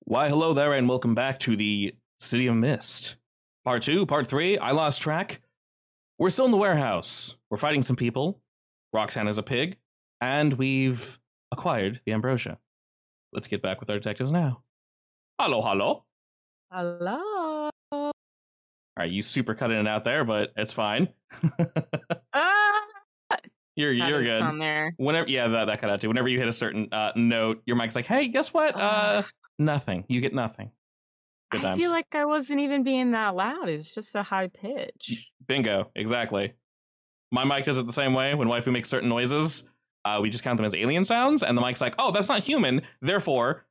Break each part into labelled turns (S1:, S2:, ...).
S1: Why, hello there, and welcome back to the City of Mist. Part two, part three, I lost track. We're still in the warehouse. We're fighting some people. Roxanne is a pig, and we've acquired the ambrosia. Let's get back with our detectives now. Hello, hello. All
S2: Hello.
S1: right, you super cutting it out there, but it's fine.
S2: Ah,
S1: You're
S2: that
S1: you're
S2: is
S1: good.
S2: On there.
S1: Whenever, yeah, that, that cut out too. Whenever you hit a certain uh, note, your mic's like, "Hey, guess what? Uh,
S2: Ugh.
S1: nothing. You get nothing." Good
S2: I
S1: times.
S2: feel like I wasn't even being that loud. It's just a high pitch.
S1: Bingo. Exactly. My mic does it the same way. When waifu makes certain noises, uh, we just count them as alien sounds, and the mic's like, "Oh, that's not human. Therefore,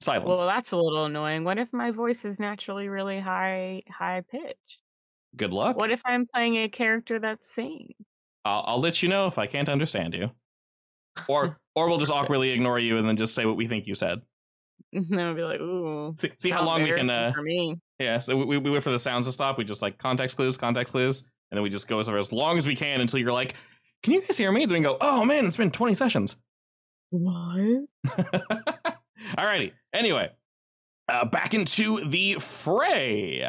S1: silence."
S2: Well, that's a little annoying. What if my voice is naturally really high, high pitch?
S1: Good luck.
S2: What if I'm playing a character that's sane?
S1: I'll, I'll let you know if I can't understand you, or or we'll just awkwardly ignore you and then just say what we think you said.
S2: And then I'll be like, ooh.
S1: See, see how long we can.
S2: embarrassing
S1: Uh,
S2: For me.
S1: yeah. So we, we wait for the sounds to stop. We just like context clues, context clues, and then we just go over as long as we can until you're like, "Can you guys hear me?" Then we go, "Oh man, it's been 20 sessions."
S2: What?
S1: Alrighty. Anyway, uh, back into the fray.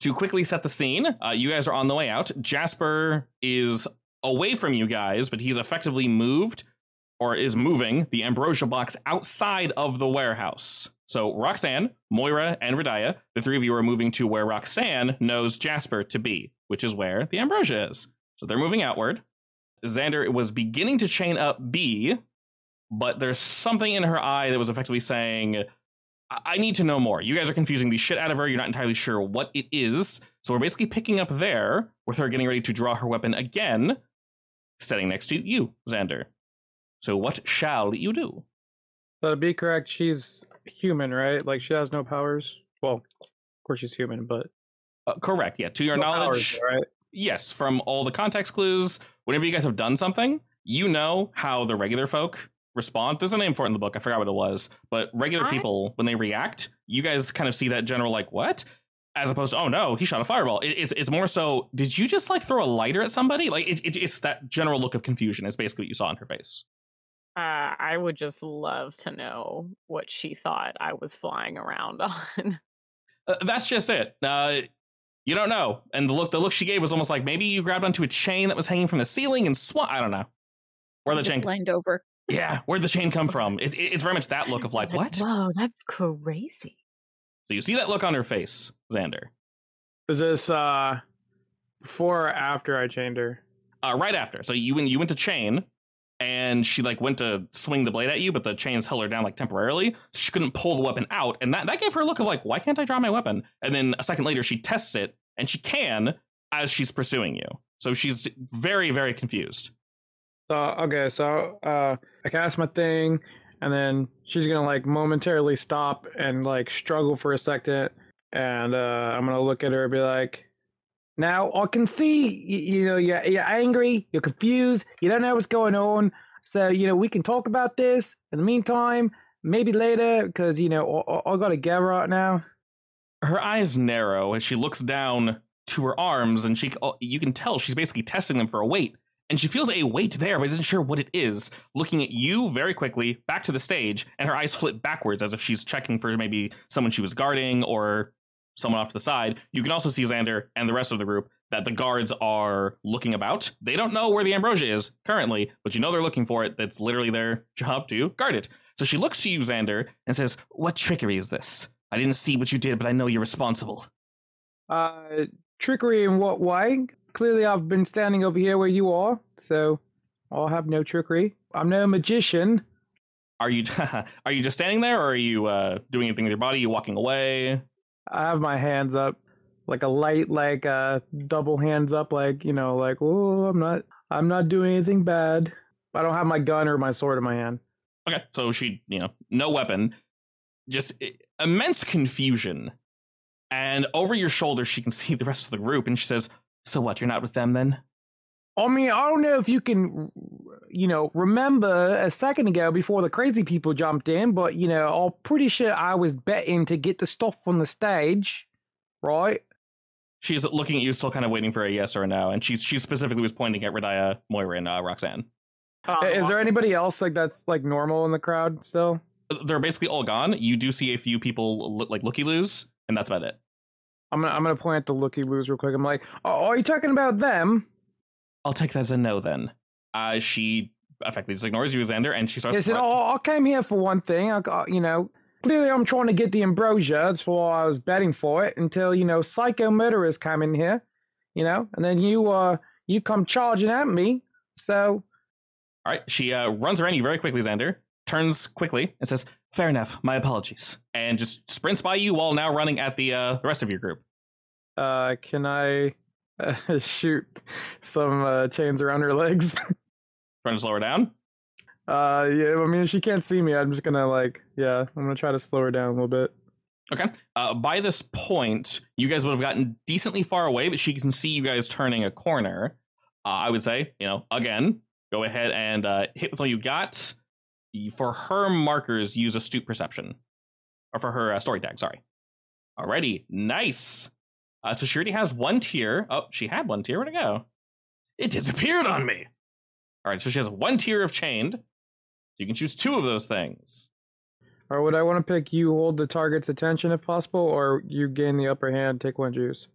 S1: To quickly set the scene, uh, you guys are on the way out. Jasper is away from you guys, but he's effectively moved or is moving the ambrosia box outside of the warehouse. So Roxanne, Moira, and Radia, the three of you are moving to where Roxanne knows Jasper to be, which is where the ambrosia is. So they're moving outward. Xander was beginning to chain up B, but there's something in her eye that was effectively saying, I-, I need to know more. You guys are confusing the shit out of her. You're not entirely sure what it is. So we're basically picking up there with her getting ready to draw her weapon again, sitting next to you, Xander. So what shall you do?
S3: So to be correct, she's human, right? Like she has no powers. Well, of course she's human, but
S1: Uh, correct. Yeah. To your
S3: no
S1: knowledge,
S3: powers, right?
S1: yes, from all the context clues, whenever you guys have done something, you know how the regular folk respond. There's a name for it in the book. I forgot what it was. But regular
S2: I-
S1: people, when they react, you guys kind of see that general, like, what? As opposed to, oh no, he shot a fireball. It- it's, it's more so, did you just like throw a lighter at somebody? Like, it, it- it's that general look of confusion, is basically what you saw in her face.
S2: Uh, I would just love to know what she thought I was flying around on.
S1: Uh, that's just it. Uh, you don't know. And the look, the look she gave was almost like maybe you grabbed onto a chain that was hanging from the ceiling and swung. I don't know. Where the
S4: Just
S1: chain?
S4: Lined over.
S1: Yeah, where'd the chain come from? It, it, it's very much that look of like what? So
S2: Whoa, that's crazy.
S1: you see that look on her face, Xander.
S3: Is this uh before or after I chained her?
S1: Uh, right after, so you went you went to chain, and she like went to swing the blade at you, but the chains held her down like temporarily, so she couldn't pull the weapon out, and that that gave her a look of like why can't I draw my weapon? And then a second later, she tests it, and she can as she's pursuing you. So she's very very confused.
S3: So okay, so uh I cast my thing and then she's gonna like momentarily stop and like struggle for a second and uh I'm gonna look at her and be like now I can see you, you know you're, you're angry, you're confused, you don't know what's going on. So you know we can talk about this in the meantime, maybe later because you know I, I- I got to go right now.
S1: her eyes narrow as she looks down to her arms and she oh, you can tell she's basically testing them for a weight and she feels a weight there but isn't sure what it is looking at you very quickly back to the stage and her eyes flip backwards as if she's checking for maybe someone she was guarding or someone off to the side you can also see xander and the rest of the group that the guards are looking about they don't know where the ambrosia is currently but you know they're looking for it that's literally their job to guard it so she looks to you xander and says what trickery is this I didn't see what you did, but I know you're responsible.
S3: Uh, trickery in what way? Clearly, I've been standing over here where you are, so I'll have no trickery. I'm no magician.
S1: Are you are you just standing there, or are you uh, doing anything with your body? Are you walking away?
S3: I have my hands up, like a light, like uh, double hands up, like you know, like oh, I'm not, I'm not doing anything bad. I don't have my gun or my sword in my hand.
S1: Okay, so she, you know, no weapon, just i- immense confusion, and over your shoulder she can see the rest of the group, and she says, "So what? You're not with them then?"
S3: I mean, I don't know if you can, you know, remember a second ago before the crazy people jumped in, but you know, I'm pretty sure I was betting to get the stuff from the stage, right?
S1: She's looking at you, still kind of waiting for a yes or a no, and she's she specifically was pointing at Radia, Moira, and uh, Roxanne.
S2: Um,
S3: Is there anybody else like that's like normal in the crowd still?
S1: they're basically all gone. You do see a few people look like looky loos, and that's about it.
S3: I'm gonna I'm gonna point at the looky loos real quick. I'm like, oh, are you talking about them?
S1: I'll take that as a no then. Uh, she effectively just ignores you, Xander, and she starts.
S3: They said,
S1: thro-
S3: oh, I came here for one thing. I got, you know, clearly I'm trying to get the ambrosia. That's why I was betting for it until you know psycho murderers come in here, you know, and then you uh you come charging at me. So
S1: All right, she uh, runs around you very quickly, Xander, turns quickly, and says, Fair enough, my apologies. And just sprints by you while now running at the, uh, the rest of your group.
S3: uh, can I uh, shoot some uh, chains around her legs?
S1: Trying to slow her down.
S3: Uh, yeah, I mean, if she can't see me, I'm just gonna like, yeah, I'm gonna try to slow her down a little bit.
S1: Okay. Uh, by this point, you guys would have gotten decently far away, but she can see you guys turning a corner. Uh, I would say, you know, again, go ahead and uh, hit with all you got. For her markers, use astute perception, or for her uh, story tag. Sorry. Alrighty, nice. Uh, so she already has one tier. Oh, she had one tier. Where'd it go? It disappeared on me. All right, so she has one tier of chained. So you can choose two of those things.
S3: Or would I want to pick you hold the target's attention if possible, or you gain the upper hand, take one juice?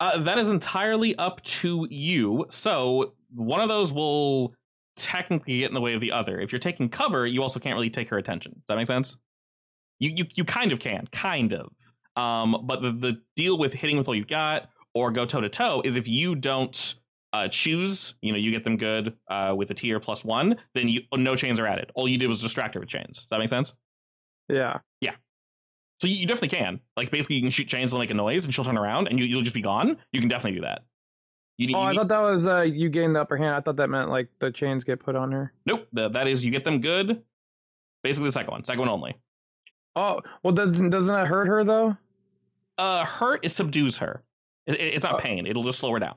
S1: Uh, that is entirely up to you. So one of those will technically get in the way of the other. If you're taking cover, you also can't really take her attention. Does that make sense? You you you kind of can, kind of. Um, but the, the deal with hitting with all you got or go toe to toe is if you don't uh, choose, you know, you get them good uh, with a tier plus one, then you no chains are added. All you did was distract her with chains. Does that make sense?
S3: Yeah.
S1: So you, you definitely can. Like basically, you can shoot chains and make a noise, and she'll turn around, and you, you'll just be gone. You can definitely do that. You, need-
S3: Oh,
S1: you
S3: I
S1: need-
S3: thought that was uh, you gain the upper hand. I thought that meant like the chains get put on her.
S1: nope. The, that is, you get them good. Basically, the second one, second one only.
S3: Oh, well, doesn't doesn't that hurt her though?
S1: Uh, hurt is subdues her. It, it- it's not
S3: Uh,
S1: pain. It'll just slow her down.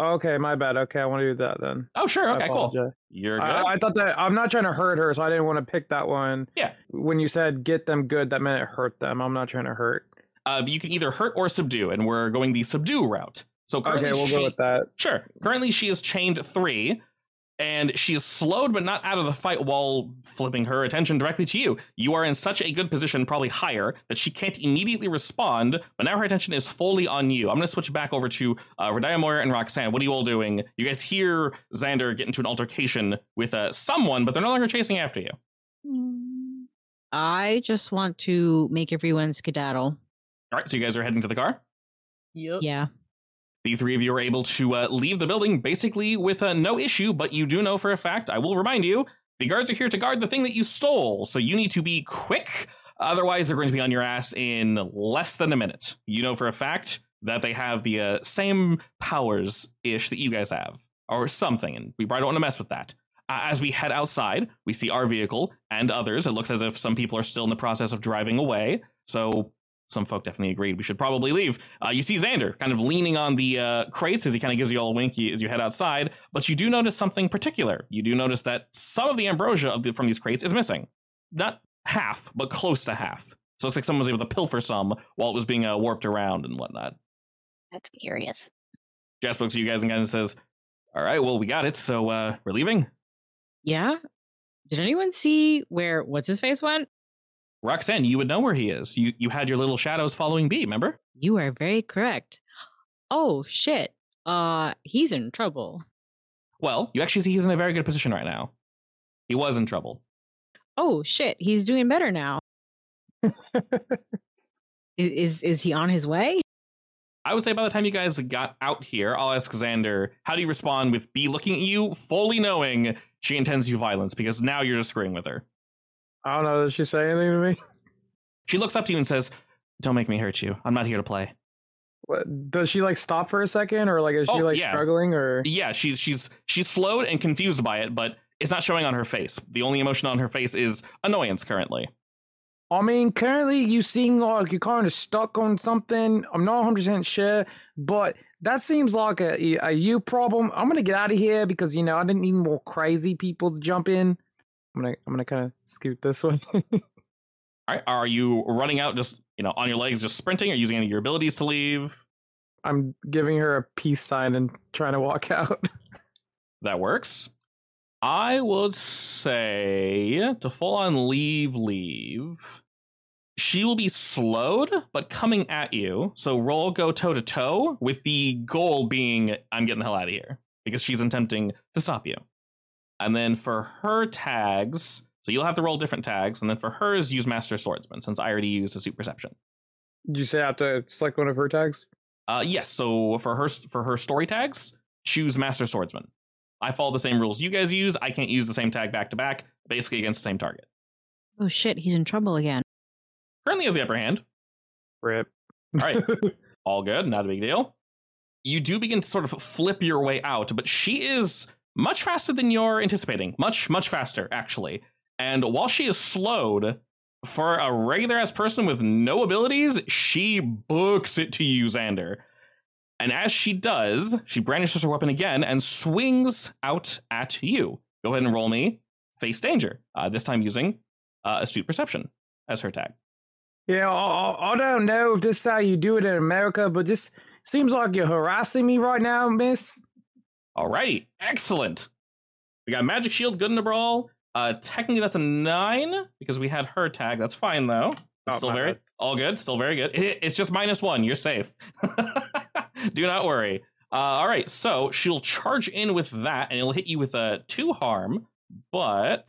S3: Okay, my bad. Okay, I want to do that then.
S1: Oh, sure.
S3: I
S1: Okay, cool.
S3: apologize.
S1: You're good.
S3: I, I thought that I'm not trying to hurt her, so I didn't want to pick that one.
S1: Yeah.
S3: When you said get them good, that meant it hurt them. I'm not trying to hurt.
S1: uh, you can either hurt or subdue, and we're going the subdue route. So currently
S3: Okay, we'll
S1: she,
S3: go with that.
S1: Sure. Currently, she is chained three, and she is slowed but not out of the fight while flipping her attention directly to you. You are in such a good position, probably higher, that she can't immediately respond, but now her attention is fully on you. I'm going to switch back over to uh, Radia Moyer and Roxanne. What are you all doing? You guys hear Xander get into an altercation with uh, someone, but they're no longer chasing after you.
S4: I just want to make everyone skedaddle.
S1: All right, so you guys are heading to the car.
S2: Yep.
S4: Yeah.
S1: The three of you are able to uh, leave the building basically with uh, no issue, but you do know for a fact, I will remind you, the guards are here to guard the thing that you stole, so you need to be quick. Otherwise, they're going to be on your ass in less than a minute. You know for a fact that they have the uh, same powers ish that you guys have, or something, and we probably don't want to mess with that. Uh, as we head outside, we see our vehicle and others. It looks as if some people are still in the process of driving away, so some folk definitely agreed we should probably leave. Uh, you see Xander kind of leaning on the uh, crates as he kind of gives you all a winky as you head outside, but you do notice something particular. You do notice that some of the ambrosia of the, from these crates is missing. Not half, but close to half. So it looks like someone was able to pilfer some while it was being uh, warped around and whatnot.
S5: That's curious.
S1: Jess looks at you guys and kind of says, All right, well, we got it, so uh, we're leaving.
S4: Yeah. Did anyone see where what's his face went?
S1: Roxanne, you would know where he is. You, you had your little shadows following B, remember?
S4: You are very correct. Oh shit. Uh he's in trouble.
S1: Well, you actually see he's in a very good position right now. He was in trouble.
S4: Oh shit, he's doing better now. Is is, is he on his way?
S1: I would say by the time you guys got out here, I'll ask Xander, how do you respond with B looking at you, fully knowing she intends you violence because now you're just agreeing with her.
S3: I don't know. Does she say anything to me?
S1: She looks up to you and says, Don't make me hurt you. I'm not here to play.
S3: What, does she like stop for a second, or like is she
S1: Oh,
S3: like
S1: yeah.
S3: struggling, or
S1: Yeah, she's she's she's slowed and confused by it, but it's not showing on her face. The only emotion on her face is annoyance currently.
S3: I mean, currently you seem like you're kind of stuck on something. I'm not 100 percent sure, but that seems like a, a you problem. I'm gonna get out of here because you know I didn't need more crazy people to jump in. I'm gonna I'm gonna kind of scoot this way.
S1: All right, are you running out just you know on your legs, just sprinting, or using any of your abilities to leave?
S3: I'm giving her a peace sign and trying to walk out.
S1: That works. I would say to full on leave, leave. She will be slowed, but coming at you. So roll go toe to toe with the goal being I'm getting the hell out of here because she's attempting to stop you. And then for her tags, so you'll have to roll different tags. And then for hers, use Master Swordsman since I already used a suit perception.
S3: Did you say I have to select one of her tags?
S1: Uh, yes. So for her for her story tags, choose Master Swordsman. I follow the same rules you guys use. I can't use the same tag back to back, basically against the same target.
S4: Oh shit, he's in trouble again.
S1: Currently has the upper hand.
S3: Rip.
S1: All right. All good. Not a big deal. You do begin to sort of flip your way out, but she is much faster than you're anticipating. Much, much faster, actually. And while she is slowed, for a regular ass person with no abilities, she books it to you, Xander. And as she does, she brandishes her weapon again and swings out at you. Go ahead and roll me face danger, uh, this time using uh, astute perception as her tag.
S3: yeah, I, I- I don't know if this is how you do it in America, but this seems like you're harassing me right now, miss.
S1: All right, excellent. We got magic shield good in a brawl. Uh, technically, that's a nine because we had her tag. That's fine though. It's
S3: Oh,
S1: still
S3: my
S1: very
S3: bad.
S1: all good. Still very good. It- it's just minus one. You're safe. Do not worry. Uh, all right, so she'll charge in with that, and it'll hit you with a two harm, but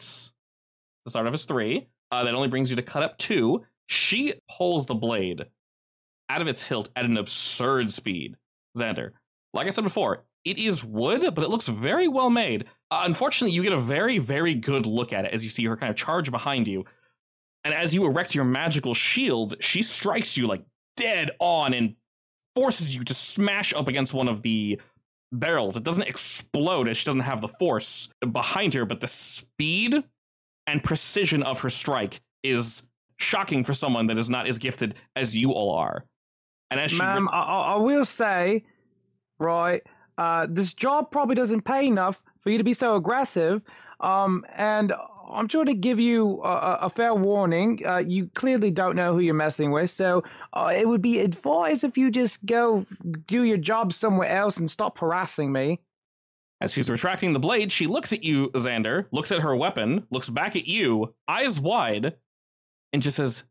S1: the start of is three. Uh, that only brings you to cut up two. She pulls the blade out of its hilt at an absurd speed. Xander, like I said before, it is wood, but it looks very well made. Uh, unfortunately, you get a very, very good look at it as you see her kind of charge behind you. And as you erect your magical shield, she strikes you like dead on and forces you to smash up against one of the barrels. It doesn't explode as she doesn't have the force behind her, but the speed and precision of her strike is shocking for someone that is not as gifted as you all are. And as she
S3: Ma'am, I, I I will say, right, uh, this job probably doesn't pay enough for you to be so aggressive. Um, and I'm trying to give you a, a- a fair warning. Uh, you clearly don't know who you're messing with, so uh, it would be advised if you just go do your job somewhere else and stop harassing me.
S1: As she's retracting the blade, she looks at you, Xander, looks at her weapon, looks back at you, eyes wide, and just says,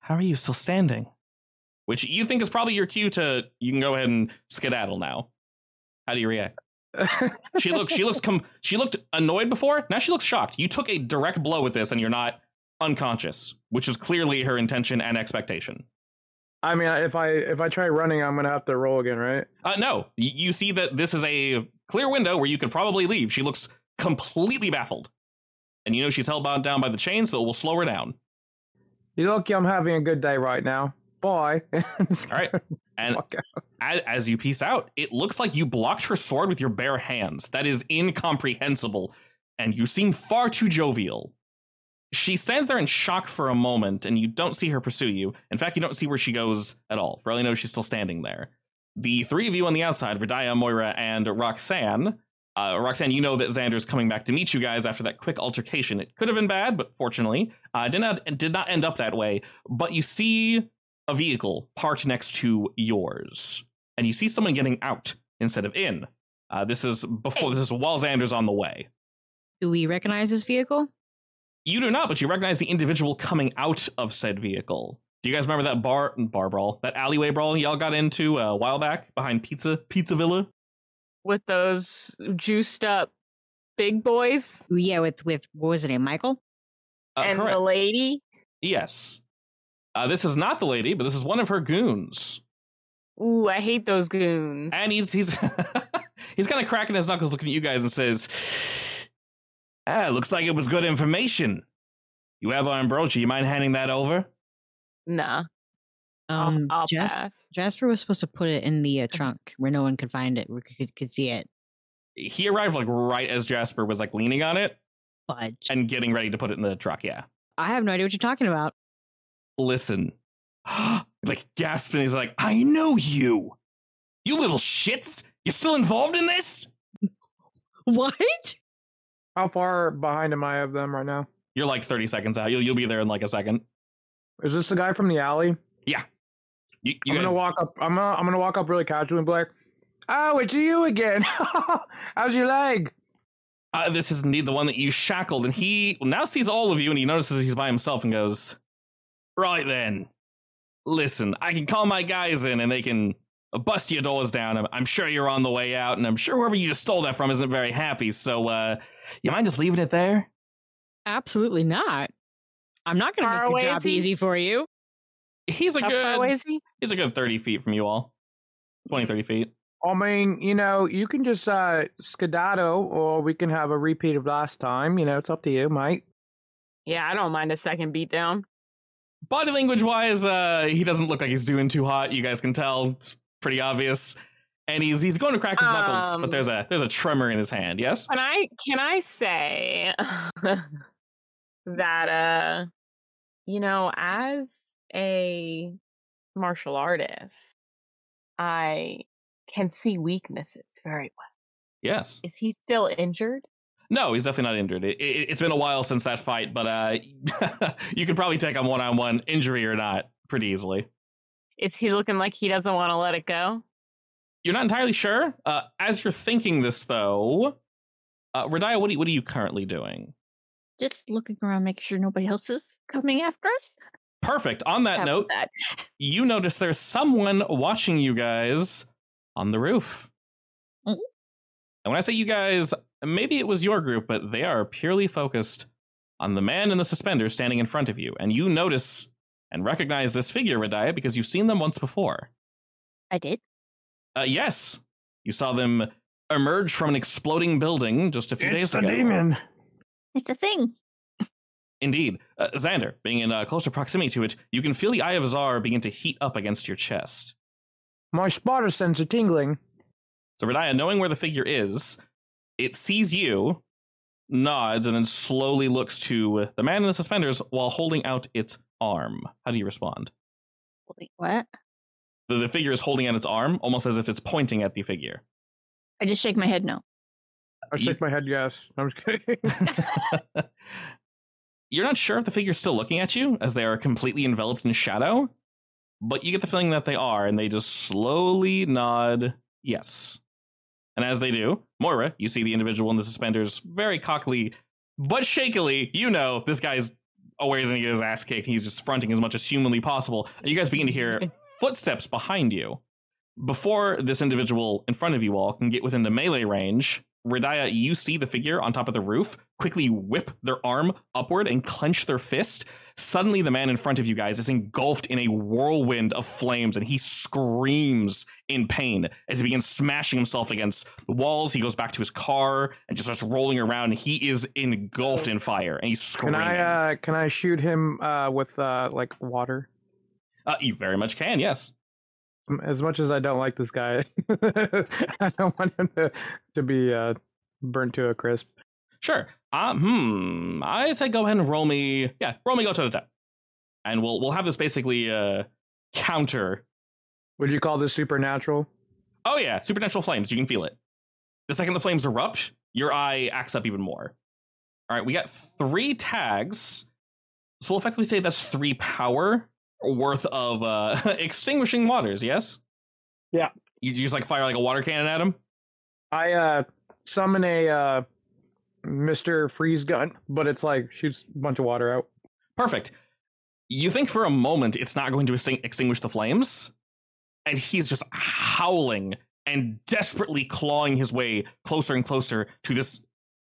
S1: How are you still standing? Which you think is probably your cue to you can go ahead and skedaddle now. How do you react? She looks she looks com- she looked annoyed before, now she looks shocked. You took a direct blow with this and you're not unconscious, which is clearly her intention and expectation.
S3: I mean, if I if I try running, I'm gonna have to roll again, right?
S1: Uh, no, Y- you see that this is a clear window where you could probably leave. She looks completely baffled. And you know she's held bound down by the chain, so it will slow her down.
S3: You're lucky I'm having a good day right now. Bye. All
S1: right. And as, as you piece out, it looks like you blocked her sword with your bare hands. That is incomprehensible, and you seem far too jovial. She stands there in shock for a moment, and you don't see her pursue you. In fact, you don't see where she goes at all. For all you know, she's still standing there. The three of you on the outside, Verdaya, Moira, and Roxanne. Uh, Roxanne, you know that Xander's coming back to meet you guys after that quick altercation. It could have been bad, but fortunately, uh, did not did not end up that way. But you see a vehicle parked next to yours, and you see someone getting out instead of in. Uh, this is before. This is while Xander's on the way.
S4: Do we recognize this vehicle?
S1: You do not, but you recognize the individual coming out of said vehicle. Do you guys remember that bar bar brawl, that alleyway brawl y'all got into uh, a while back behind Pizza Pizza Villa?
S2: with those juiced up big boys
S4: Oh, Yeah, with with what was it name? Michael?
S1: Uh,
S2: and the lady.
S1: Yes. Uh, this is not the lady, but this is one of her goons,
S2: Ooh, I hate those goons.
S1: and he's he's he's kind of cracking his knuckles, looking at you guys, and says, "Ah, looks like it was good information. You have our ambrosia. You mind handing that over?"
S2: nah, I'll,
S4: Um,
S2: I'll
S4: Jas-
S2: pass.
S4: Jasper was supposed to put it in the uh, trunk where no one could find it, where could, could could see it.
S1: He arrived like right as Jasper was like leaning on it
S4: Fudge!
S1: and getting ready to put it in the truck. Yeah.
S4: I have no idea what you're talking about.
S1: listen. like gasped and he's like, I know you. You little shits. You're still involved in this?
S4: What?
S3: How far behind am I of them right now?
S1: You're like 30 seconds out. You'll, you'll be there in like a second.
S3: Is this the guy from the alley?
S1: You, you
S3: I'm
S1: guys,
S3: gonna walk up. I'm gonna I'm gonna walk up really casually and be like, "Oh, it's you again. How's your leg?
S1: Uh, this is indeed the one that you shackled, and he now sees all of you, and he notices he's by himself and goes, Right then, listen, I can call my guys in, and they can bust your doors down. I'm, I'm sure you're on the way out, and I'm sure whoever you just stole that from isn't very happy, so uh, you mind just leaving it there?
S4: Absolutely not. I'm not going
S2: Far
S4: to make
S2: away
S4: your
S2: is
S4: job
S2: he?
S4: easy for you.
S1: He's a
S2: How far away
S1: good,
S2: is he?
S1: he's a good 30 feet from you all. 20, 30 feet.
S3: I mean, you know, you can just uh, skedaddle, or we can have a repeat of last time. You know, it's up to you, mate.
S2: Yeah, I don't mind a second beatdown.
S1: Body language wise, uh, he doesn't look like he's doing too hot. You guys can tell; it's pretty obvious. And he's he's going to crack his knuckles,
S2: Um,
S1: but there's a there's a tremor in his hand. Yes.
S2: Can I can I say that uh you know, as a martial artist, I can see weaknesses very well.
S1: Yes.
S2: Is he still injured?
S1: No, he's definitely not injured. It, it, it's been a while since that fight, but uh, you could probably take him one on one, injury or not, pretty easily.
S2: Is he looking like he doesn't want to let it go?
S1: You're not entirely sure. Uh, as you're thinking this, though, uh, Radia, what are, you- what are you currently doing?
S5: Just looking around, making sure nobody else is coming after us.
S1: Perfect. On that
S5: How about
S1: note,
S5: that?
S1: you notice there's someone watching you guys on the roof.
S5: Mhm.
S1: And when I say you guys, maybe it was your group, but they are purely focused on the man in the suspenders standing in front of you. And you notice and recognize this figure, Radia, because you've seen them once before.
S5: I did.
S1: Uh, yes, you saw them emerge from an exploding building just a few days ago.
S5: It's a thing.
S1: Indeed. Uh, Xander, being in uh, closer proximity to it, you can feel the Eye of Zar begin to heat up against your chest.
S3: My spotter sense are tingling.
S1: So Radia, knowing where the figure is, it sees you, nods, and then slowly looks to the man in the suspenders while holding out its arm. How do you respond?
S5: Wait, what?
S1: The, the figure is holding out its arm, almost as if it's pointing at the figure.
S5: I just shake my head no.
S3: I
S1: You-
S3: shake my head. Yes, I'm just kidding.
S1: You're not sure if the figure's still looking at you, as they are completely enveloped in shadow, but you get the feeling that they are, and they just slowly nod yes. And as they do, Moira, you see the individual in the suspenders very cockily, but shakily. You know, this guy's aware he's going to get his ass kicked. He's just fronting as much as humanly possible. And you guys begin to hear footsteps behind you. Before this individual in front of you all can get within the melee range, Radia, you see the figure on top of the roof quickly whip their arm upward and clench their fist. Suddenly, the man in front of you guys is engulfed in a whirlwind of flames and he screams in pain as he begins smashing himself against the walls. He goes back to his car and just starts rolling around. And he is engulfed in fire and he's
S3: Can
S1: screaming.
S3: I uh, can I shoot him uh, with uh, like water?
S1: Uh, you very much can, yes.
S3: Um, As much as I don't like this guy, I don't want him to, to be uh, burnt to a crisp.
S1: Sure. Uh, hmm. I say go ahead and roll me. Yeah, roll me go to the top. And we'll we'll have this basically uh, counter.
S3: Would you call this supernatural?
S1: Oh yeah, supernatural flames. You can feel it. The second the flames erupt, your eye acts up even more. All right, we got three tags. So we'll effectively say that's three power worth of uh, extinguishing waters. Yes.
S3: Yeah.
S1: You just like fire like a water cannon at him.
S3: I uh, summon a uh, Mister Freeze gun, but it's like shoots a bunch of water out.
S1: Perfect. You think for a moment it's not going to extin- extinguish the flames, and he's just howling and desperately clawing his way closer and closer to this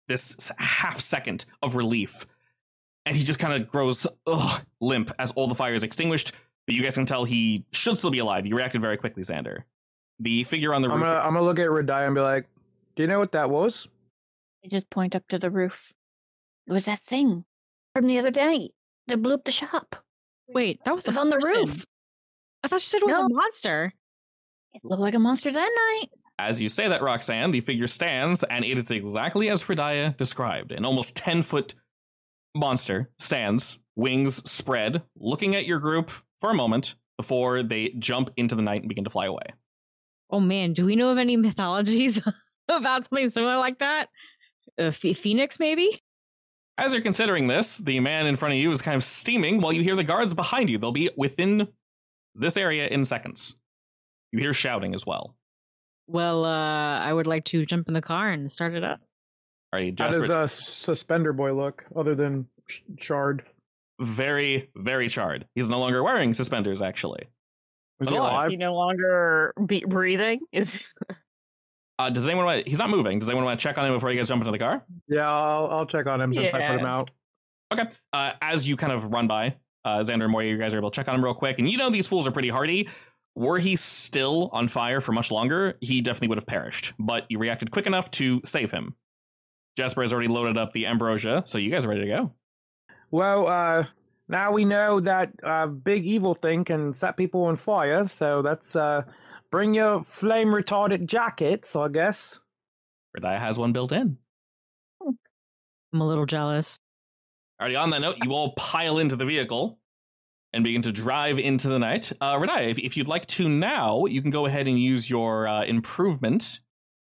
S1: this half second of relief. And he just kind of grows ugh, limp as all the fire is extinguished. But you guys can tell he should still be alive. You reacted very quickly, Xander. The figure on the
S3: I'm
S1: roof.
S3: gonna I'm gonna look at Radia and be like, "Do you know what that was?"
S5: I just point up to the roof. It was that thing from the other day that blew up the shop.
S4: Wait, that was,
S5: It was on the
S4: person.
S5: roof.
S4: I thought you said it was
S5: No.
S4: a monster.
S5: It looked like a monster that night.
S1: As you say that, Roxanne, the figure stands, and it is exactly as Fridaya described. An almost 10 foot monster stands, wings spread, looking at your group for a moment before they jump into the night and begin to fly away.
S4: Oh man, do we know of any mythologies about something similar like that? Uh, ph- Phoenix, maybe?
S1: As you're considering this, the man in front of you is kind of steaming while you hear the guards behind you. They'll be within this area in seconds. You hear shouting as well.
S4: Well, uh, I would like to jump in the car and start it up.
S1: Alrighty,
S3: How
S1: Jasper.
S3: does uh, Suspender Boy look other than sh- shard?
S1: very, very charred. He's no longer wearing suspenders, actually.
S3: Is
S1: But
S4: Oh,
S1: alive.
S2: Is he no longer be- breathing? Is
S1: Uh, does anyone want to, he's not moving. Does anyone want to check on him before you guys jump into the car?
S3: Yeah, I'll, I'll check on him since I put him
S2: Yeah.
S3: out.
S1: Okay. Uh, as you kind of run by, uh, Xander and Moya, you guys are able to check on him real quick. And you know these fools are pretty hardy. Were he still on fire for much longer, he definitely would have perished. But you reacted quick enough to save him. Jasper has already loaded up the ambrosia, so you guys are ready to go.
S3: Well, uh, now we know that uh, big evil thing can set people on fire, so that's uh, bring your flame retardant jackets, I guess.
S1: Radia has one built in.
S4: I'm a little jealous.
S1: Alrighty, on that note, you all pile into the vehicle and begin to drive into the night. Uh, Renai, if, if you'd like to now, you can go ahead and use your uh, improvement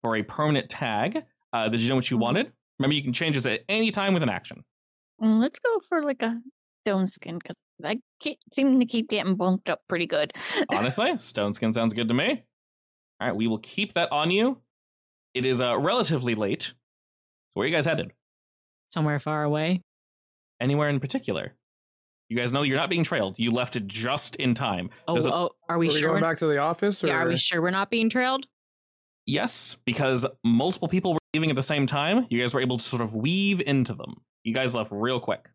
S1: for a permanent tag. Uh, did you know what you
S5: Mhm.
S1: wanted? Remember, you can change this at any time with an action.
S5: Mm, Let's go for like a stone skin because I keep, seem to keep getting bumped up pretty good.
S1: Honestly, stone skin sounds good to me. All right, we will keep that on you. It is uh, relatively late. So where you guys headed?
S4: Somewhere far away.
S1: Anywhere in particular? You guys know you're not being trailed. You left it just in time.
S4: Oh,
S1: There's a-
S4: oh are
S3: Are
S4: we
S3: we
S4: sure?
S3: going
S4: we're-
S3: back to the office? Or?
S4: yeah, are we sure we're not being trailed?
S1: Yes, because multiple people were leaving at the same time. You guys were able to sort of weave into them. You guys left real quick.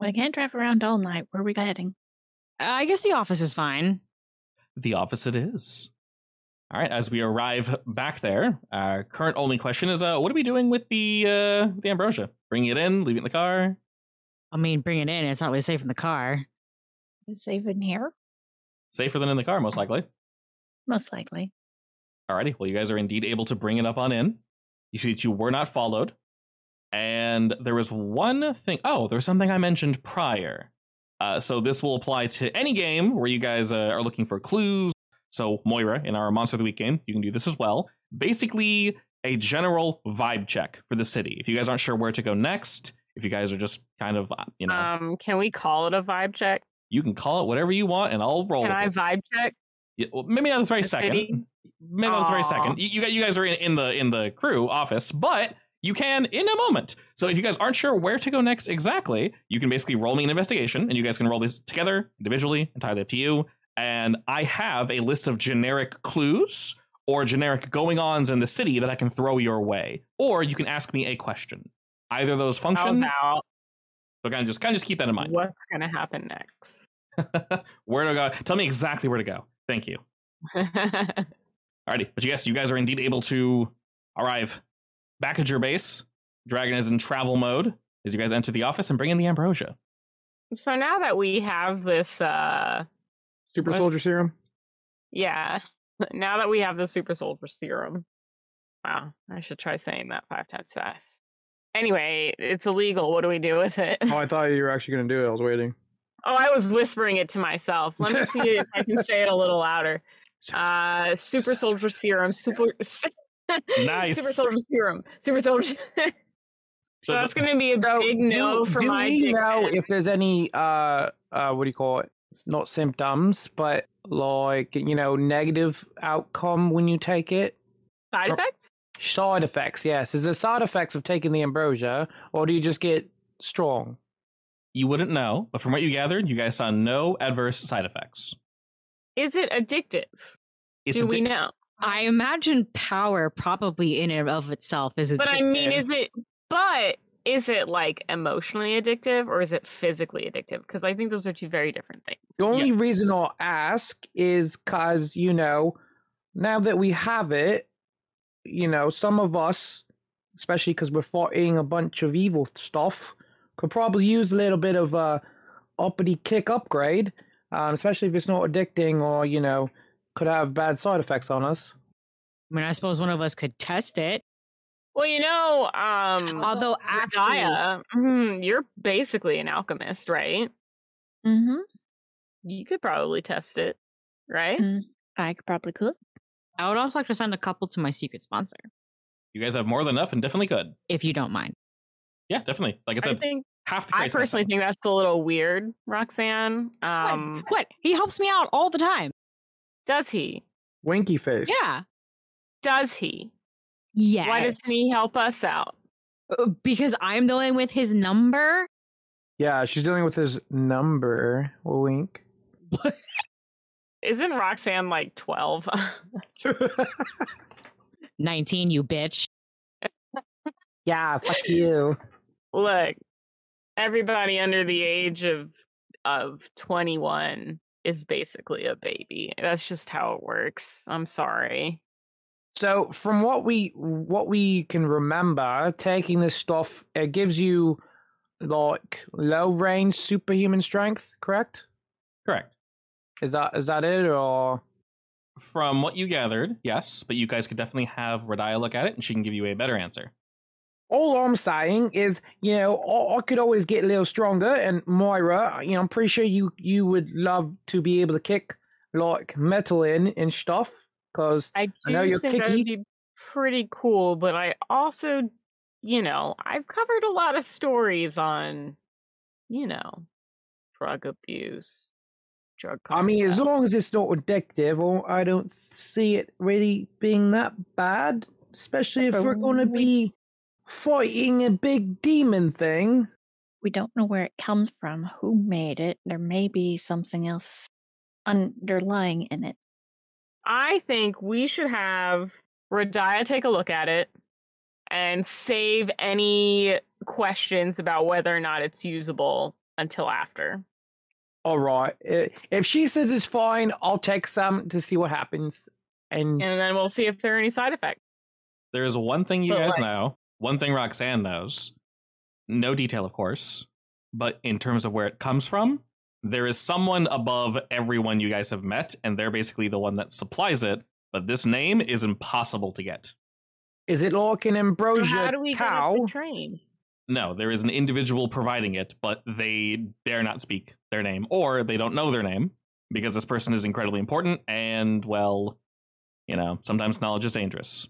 S5: we can't drive around all night. Where are we heading?
S4: I guess the office is fine.
S1: The office it is. All right, as we arrive back there, our current only question is uh, what are we doing with the uh, the ambrosia? Bringing it in, leaving it in the car?
S4: I mean, bring it in. It's not really safe in the car.
S5: Is it even here?
S1: Safer than in the car, most likely.
S5: Most likely.
S1: Alrighty, well, you guys are indeed able to bring it up on in. You see that you were not followed. And there was one thing. Oh, there's something I mentioned prior. Uh, so this will apply to any game where you guys uh, are looking for clues. So, Moira, in our Monster of the Week game, you can do this as well. Basically, a general vibe check for the city. If you guys aren't sure where to go next, if you guys are just kind of, uh, you know,
S2: um? Can we call it a vibe check?
S1: you can call it whatever you want and I'll roll
S2: Can
S1: with
S2: I
S1: it.
S2: vibe check?
S1: Yeah, well, maybe not this very
S2: The
S1: second.
S2: city?
S1: Maybe not this very
S2: Aw.
S1: second. You, you guys, you guys are in, in the in the crew office, but you can in a moment. So if you guys aren't sure where to go next exactly, you can basically roll me an investigation, and you guys can roll these together individually, entirely up to you. And I have a list of generic clues or generic going ons in the city that I can throw your way, or you can ask me a question. Either of those
S2: How
S1: function.
S2: about
S1: So kind of just kind of just keep that in mind.
S2: what's going to happen next?
S1: where to go? Tell me exactly where to go. Thank you. Alrighty, but yes, you guys are indeed able to arrive back at your base. Dragon is in travel mode as you guys enter the office and bring in the ambrosia.
S2: so now that we have this, uh,
S3: Super
S2: Let's-
S3: Soldier Serum?
S2: yeah, now that we have the super soldier serum, wow, I should try saying that five times fast. Anyway, it's illegal. What do we do with it?
S3: Oh, I thought you were actually going to do it. I was waiting.
S2: Oh, I was whispering it to myself. Let me see if I can say it a little louder. Uh, super soldier serum, super
S1: Nice.
S2: super soldier serum, super soldier. so that's going to be a big no for my dick pic.
S3: if there's any, uh, uh, what do you call it? It's not symptoms, but like, you know, negative outcome when you take it?
S2: side
S1: Oh.
S2: effects.
S3: Side effects, yes. Is there side effects of taking the ambrosia, or do you just get strong?
S1: you wouldn't know, but from what you gathered, you guys saw no adverse side effects.
S2: Is it addictive?
S1: It's
S2: do
S1: a
S2: we
S1: di-
S2: know?
S4: I imagine power probably in and of itself is.
S2: But I mean,
S4: addictive.
S2: is it? But is it like emotionally addictive or is it physically addictive? Because I think those are two very different things.
S3: The only
S1: Yes.
S3: reason I'll ask is because, you know, now that we have it, you know, some of us, especially because we're fighting a bunch of evil stuff, could probably use a little bit of a uppity kick upgrade, um, especially if it's not addicting or, you know, could have bad side effects on us.
S4: I mean, I suppose one of us could test it.
S2: Well, you know, um,
S4: Although actually,
S2: Daya, mhm, you're basically an alchemist, right?
S5: Mm-hmm.
S2: You could probably test it, right?
S5: Mm. I could probably could.
S4: I would also like to send a couple to my secret sponsor,
S1: you guys have more than enough and definitely could.
S4: if you don't mind.
S1: Yeah, definitely. Like I
S2: I
S1: said,
S2: think
S1: half the
S2: I
S1: price of
S2: personally
S1: something.
S2: think that's a little weird, Roxanne.
S4: What?
S2: Um,
S4: what? He helps me out all the time.
S2: does he?
S3: Winky face.
S4: Yeah.
S2: Does he?
S4: Yes.
S2: Why doesn't he help us out?
S4: Uh, Because I'm the one with his number.
S3: Yeah, she's dealing with his number. Wink.
S2: Isn't Roxanne like 12?
S4: 19, you bitch.
S3: yeah, fuck you.
S2: Look, everybody under the age of of 21 is basically a baby. That's just how it works. I'm sorry.
S3: So from what we what we can remember, taking this stuff it gives you like low range superhuman strength, correct?
S1: Correct.
S3: Is that is that it or
S1: From what you gathered, yes, but you guys could definitely have Radia look at it and she can give you a better answer.
S3: all I'm saying is, you know, I, I could always get a little stronger. And Moira, you know, I'm pretty sure you you would love to be able to kick like metal in and stuff, because
S2: I do
S3: I know you're
S2: think that'd
S3: kicky.
S2: be pretty cool, but I also, you know, I've covered a lot of stories on, you know, drug abuse, drug.
S3: I mean, as
S2: cartel.
S3: long as it's not addictive, or I don't see it really being that bad. Especially if
S5: But
S3: we're going to
S5: we-
S3: be fighting a big demon thing.
S5: We don't know where it comes from, who made it. There may be something else underlying in it.
S2: I think we should have Radia take a look at it and save any questions about whether or not it's usable until after.
S3: All right. i- eh, If she says it's fine, I'll take some to see what happens. And
S2: And then we'll see if there are any side effects.
S1: There is one thing you
S2: But,
S1: guys
S2: like-
S1: know, one thing Roxanne knows. No detail, of course, but in terms of where it comes from, there is someone above everyone you guys have met, and they're basically the one that supplies it. But this name is impossible to get.
S3: is it like an
S2: So
S3: ambrosia
S2: how do we
S3: cow?
S2: get up the train?
S1: No, there is an individual providing it, but they dare not speak their name, or they don't know their name because this person is incredibly important, and well, you know, sometimes knowledge is dangerous.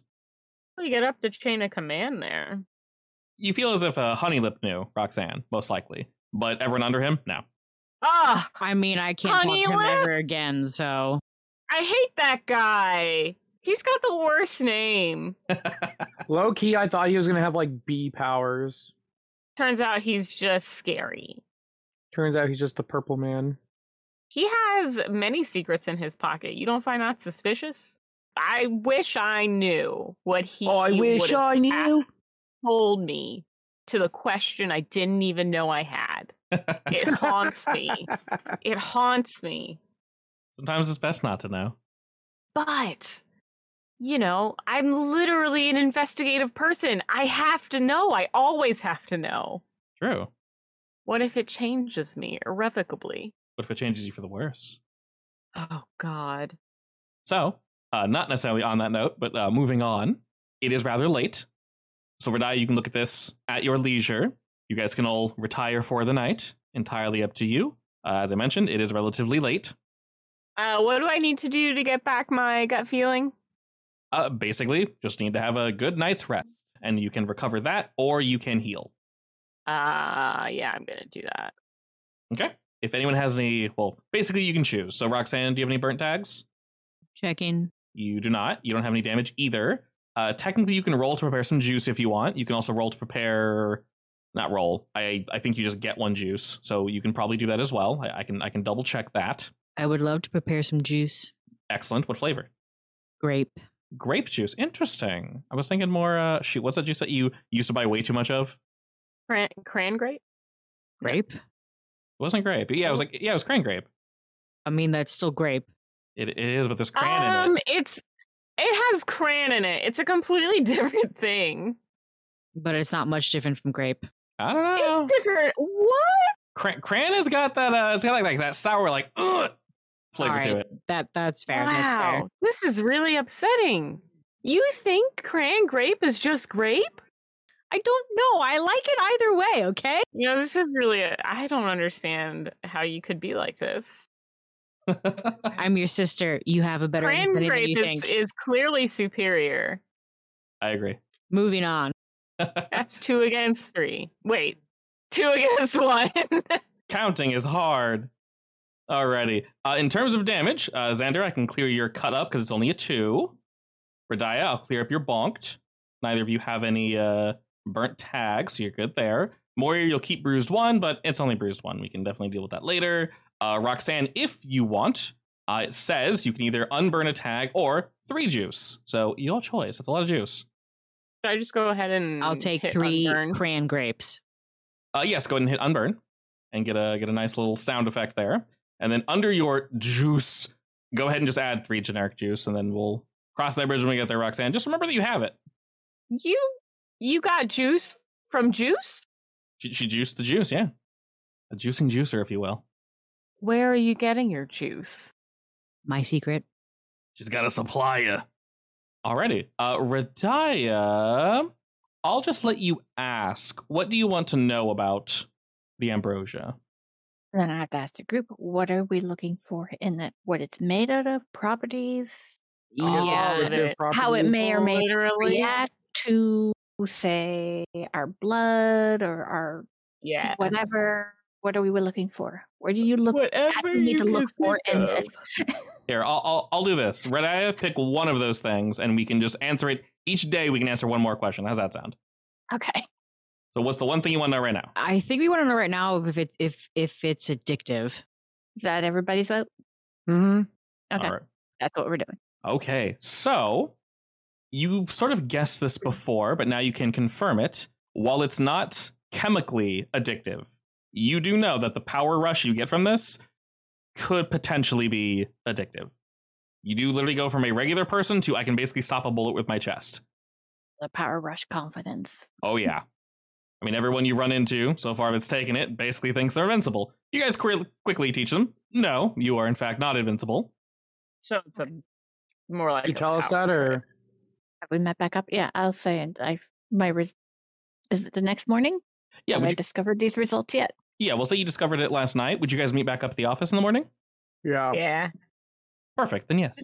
S2: How do we get up the chain of command there?
S1: You feel as if uh, Honeylip knew Roxanne, most likely, but everyone under him, no.
S2: Ah,
S4: I mean, I can't
S2: Honey
S4: talk to him
S2: lamb.
S4: ever again, so.
S2: I hate that guy. He's got the worst name.
S3: Low key, I thought he was gonna have like bee powers.
S2: Turns out he's just scary.
S3: Turns out he's just the purple man.
S2: He has many secrets in his pocket. You don't find that suspicious? I wish I knew what he
S3: Oh, I wish
S2: would've
S3: I knew.
S2: told me to the question I didn't even know I had. It haunts me. It haunts me.
S1: Sometimes it's best not to know.
S2: But you know, I'm literally an investigative person. I have to know. I always have to know.
S1: True.
S2: What if it changes me irrevocably?
S1: What if it changes you for the worse?
S2: Oh God.
S1: So, uh, not necessarily on that note, but uh, moving on, it is rather late. So, Radia, you can look at this at your leisure. You guys can all retire for the night, entirely up to you. Uh, as I mentioned, it is relatively late.
S2: Uh, what do I need to do to get back my gut feeling?
S1: Uh, basically, just need to have a good night's rest, and you can recover that or you can heal.
S2: Uh, yeah, I'm gonna do that.
S1: Okay? If anyone has any, well, basically, you can choose. So, Roxanne, do you have any burnt tags?
S4: Checking.
S1: You do not. You don't have any damage either. Uh, technically, you can roll to prepare some juice if you want. You can also roll to prepare, not roll. I I think you just get one juice, so you can probably do that as well. I, I can I can double check that.
S4: I would love to prepare some juice.
S1: Excellent. What flavor?
S4: Grape.
S1: Grape juice. Interesting. I was thinking more. Uh, shoot, what's that juice that you used to buy way too much of?
S2: Cran, cran grape?
S4: Grape?
S1: It wasn't grape. Yeah, it was like yeah, it was cran grape.
S4: I mean, that's still grape.
S1: It, it is, but there's cran in
S2: um,
S1: it.
S2: it's it has cran in it. It's a completely different thing.
S4: But it's not much different from grape.
S1: I don't
S4: Oh.
S1: know.
S2: It's different. What?
S1: Cran, cran has got that. Uh, it's got like, like that sour like ugh, flavor to
S4: Alright,
S1: it.
S4: That that's fair. That's fair.
S2: wow, this is really upsetting. You think cran grape is just grape?
S4: I don't know. I like it either way, okay?
S2: You know, this is really. I I don't understand how you could be like this.
S4: I'm your sister. You have a better
S2: Cran
S4: understanding than
S2: grape
S4: you
S2: is,
S4: think.
S2: is clearly superior.
S1: I agree.
S4: Moving on.
S2: That's two against three. Wait, two against one.
S1: counting is hard. Alrighty. Uh, in terms of damage, uh, Xander, I can clear your cut up because it's only a two. Radia, I'll clear up your bonked. Neither of you have any uh, burnt tag, so you're good there. Moria, you'll keep bruised one, but it's only bruised one. We can definitely deal with that later. Uh, Roxanne, if you want, uh, it says you can either unburn a tag or three juice. So your choice. That's a lot of juice.
S2: Should I just go ahead and
S4: I'll take
S2: hit
S4: three
S2: unburn?
S4: crayon grapes.
S1: Uh, yes, go ahead and hit unburn and get a get a nice little sound effect there. And then under your juice, go ahead and just add three generic juice, and then we'll cross that bridge when we get there, Roxanne. Just remember that you have it.
S2: You you got juice from juice?
S1: She, she juiced the juice, yeah. A juicing juicer, if you will.
S2: Where are you getting your juice?
S4: My secret.
S1: She's got a supplier. Alrighty. Uh Radia, I'll just let you ask. What do you want to know about the ambrosia?
S5: Then I have to ask the group, what are we looking for in it? What it's made out of, properties,
S2: All
S4: yeah.
S2: of it.
S5: how it may or may not
S2: Literally.
S5: react to, say, our blood or our
S2: Yeah.
S5: whatever. What are we looking for? Where do you look?
S2: Whatever
S5: need
S2: you
S5: to look
S2: can
S5: for
S2: think
S5: in
S2: of.
S5: this.
S1: Here, I'll I'll, I'll do this. Radia, pick one of those things, and we can just answer it each day. We can answer one more question. How's that sound?
S5: Okay.
S1: So, what's the one thing you want to know right now?
S4: I think we want to know right now if it's if if it's addictive.
S5: Is that everybody's vote?
S3: Mm-hmm.
S5: Okay.
S1: All right.
S5: That's what we're doing.
S1: Okay, so you sort of guessed this before, but now you can confirm it. While it's not chemically addictive, you do know that the power rush you get from this could potentially be addictive. You do literally go from a regular person to I can basically stop a bullet with my chest.
S5: The power rush confidence.
S1: Oh yeah. I mean, everyone you run into so far that's taken it basically thinks they're invincible. You guys qu- quickly teach them, no, you are in fact not invincible.
S2: So it's a more like
S3: You
S2: a
S3: tell us
S2: power
S3: that, or
S5: Have we met back up? Yeah, I'll say. And I, my, res- is it the next morning?
S1: Yeah,
S5: Have I
S1: would you,
S5: discovered these results yet?
S1: yeah. We'll say you discovered it last night. Would you guys meet back up at the office in the morning?
S3: yeah,
S2: Yeah.
S1: Perfect. Then yes.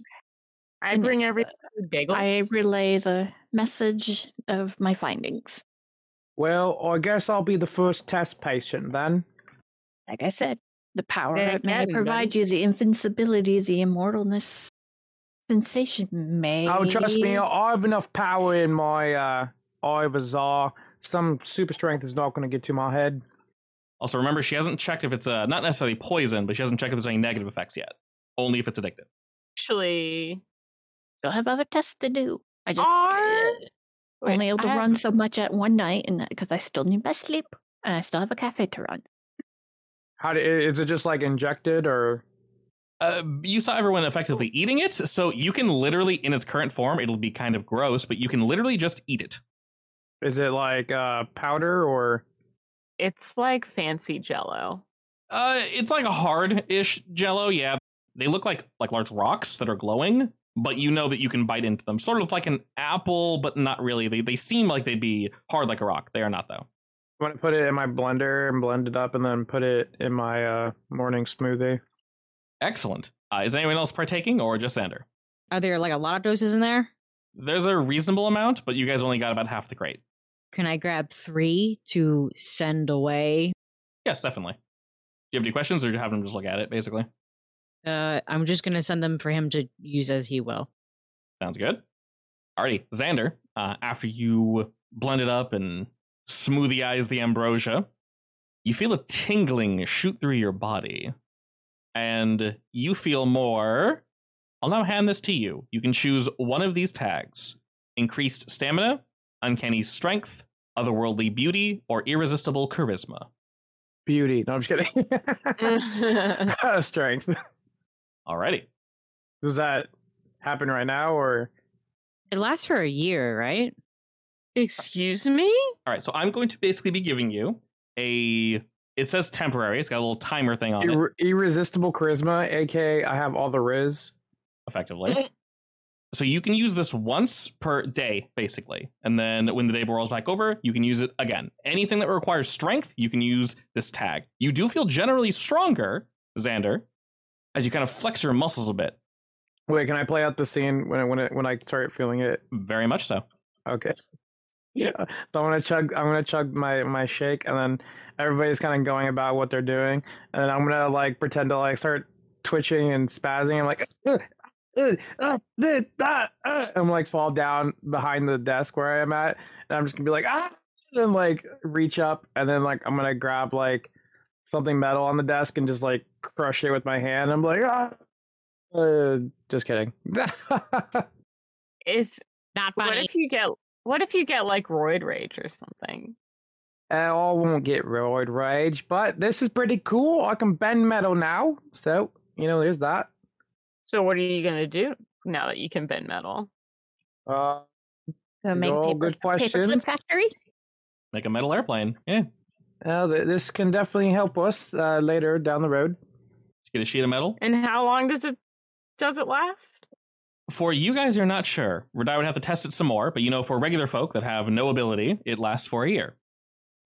S2: I
S5: And
S2: bring
S5: yes,
S2: every
S5: uh,
S2: bagels.
S5: I relay the message of my findings.
S3: Well, I guess I'll be the first test patient then.
S5: Like I said, the power
S2: Yeah,
S5: that may
S2: again,
S5: provide you the invincibility, the immortalness sensation may.
S3: Oh, trust me,
S2: Eh.
S3: I have enough power in my uh, eye of a czar. Some super strength is not going to get to my head.
S1: Also, remember she hasn't checked if it's uh, not necessarily poison, but she hasn't checked if there's any negative effects yet. Only if it's addictive.
S2: actually
S5: You'll have other tests to do. I just
S2: Are-
S5: uh, only able to
S2: I have-
S5: run so much at one night, and because I still need my sleep, and I still have a cafe to run.
S3: How do, i- is it? Just like injected, or
S1: Uh, you saw everyone effectively eating it, so you can literally, in its current form, it'll be kind of gross, but you can literally just eat it.
S3: is it like uh, powder, or
S2: it's like fancy jello.
S1: Uh, it's like a hard-ish Jello. Yeah, they look like like large rocks that are glowing, but you know that you can bite into them, sort of like an apple, but not really. They they seem like they'd be hard like a rock. They are not though.
S3: I'm going to put it in my blender and blend it up, and then put it in my uh, morning smoothie?
S1: Excellent. Uh, is anyone else partaking, or just Sander?
S4: Are there like a lot of doses in there?
S1: There's a reasonable amount, but you guys only got about half the crate.
S4: Can I grab three to send away?
S1: Yes, definitely. Do you have any questions, or do you have them just look at it? Basically,
S4: Uh, I'm just gonna send them for him to use as he will.
S1: sounds good. Alrighty, Xander. Uh, after you blend it up and smoothie-ize the ambrosia, you feel a tingling shoot through your body, and you feel more. I'll now hand this to you. You can choose one of these tags: increased stamina, uncanny strength, otherworldly beauty, or irresistible charisma.
S3: Beauty. No, I'm just kidding.
S2: I
S3: strength.
S1: Alrighty.
S3: Does that happen right now, or
S4: It lasts for a year, right?
S2: Excuse me?
S1: All right, so I'm going to basically be giving you a. It says temporary. It's got a little timer thing on it,
S3: Ir- irresistible charisma, aka I have all the riz.
S4: Mm-hmm.
S1: effectively. so you can use this once per day, basically, and then when the day rolls back over, you can use it again. Anything that requires strength, you can use this tag. You do feel generally stronger, Xander, as you kind of flex your muscles a bit.
S3: Wait, can I play out the scene when I, when it, when I start feeling it?
S1: Very much so.
S3: Okay. Yeah. So I'm gonna chug. I'm gonna chug my my shake, and then everybody's kind of going about what they're doing, and then I'm gonna like pretend to like start twitching and spazzing. I'm like, "Ugh, ugh, ah, th- ah, ah," I'm like fall down behind the desk where I am at, and I'm just gonna be like, ah, then like reach up and then like I'm gonna grab like something metal on the desk and just like crush it with my hand. I'm like, ah, uh, just kidding.
S2: Is
S4: Not
S2: what
S4: funny.
S2: if you get what if you get like roid rage or something?
S3: I won't get roid rage, but this is pretty cool. I can bend metal now, so you know, there's that.
S2: So what are you gonna do now that you can bend metal?
S3: Uh,
S5: Go
S3: These
S5: make
S3: are all
S5: paper,
S3: good questions.
S5: Paperclip factory.
S1: Make a metal airplane. Yeah.
S3: uh, th- this can definitely help us uh, later down the road.
S1: Get a sheet of metal.
S2: And how long does it does it last?
S1: For you guys, you're not sure. Radai would have to test it some more, but you know, for regular folk that have no ability, it lasts for a year.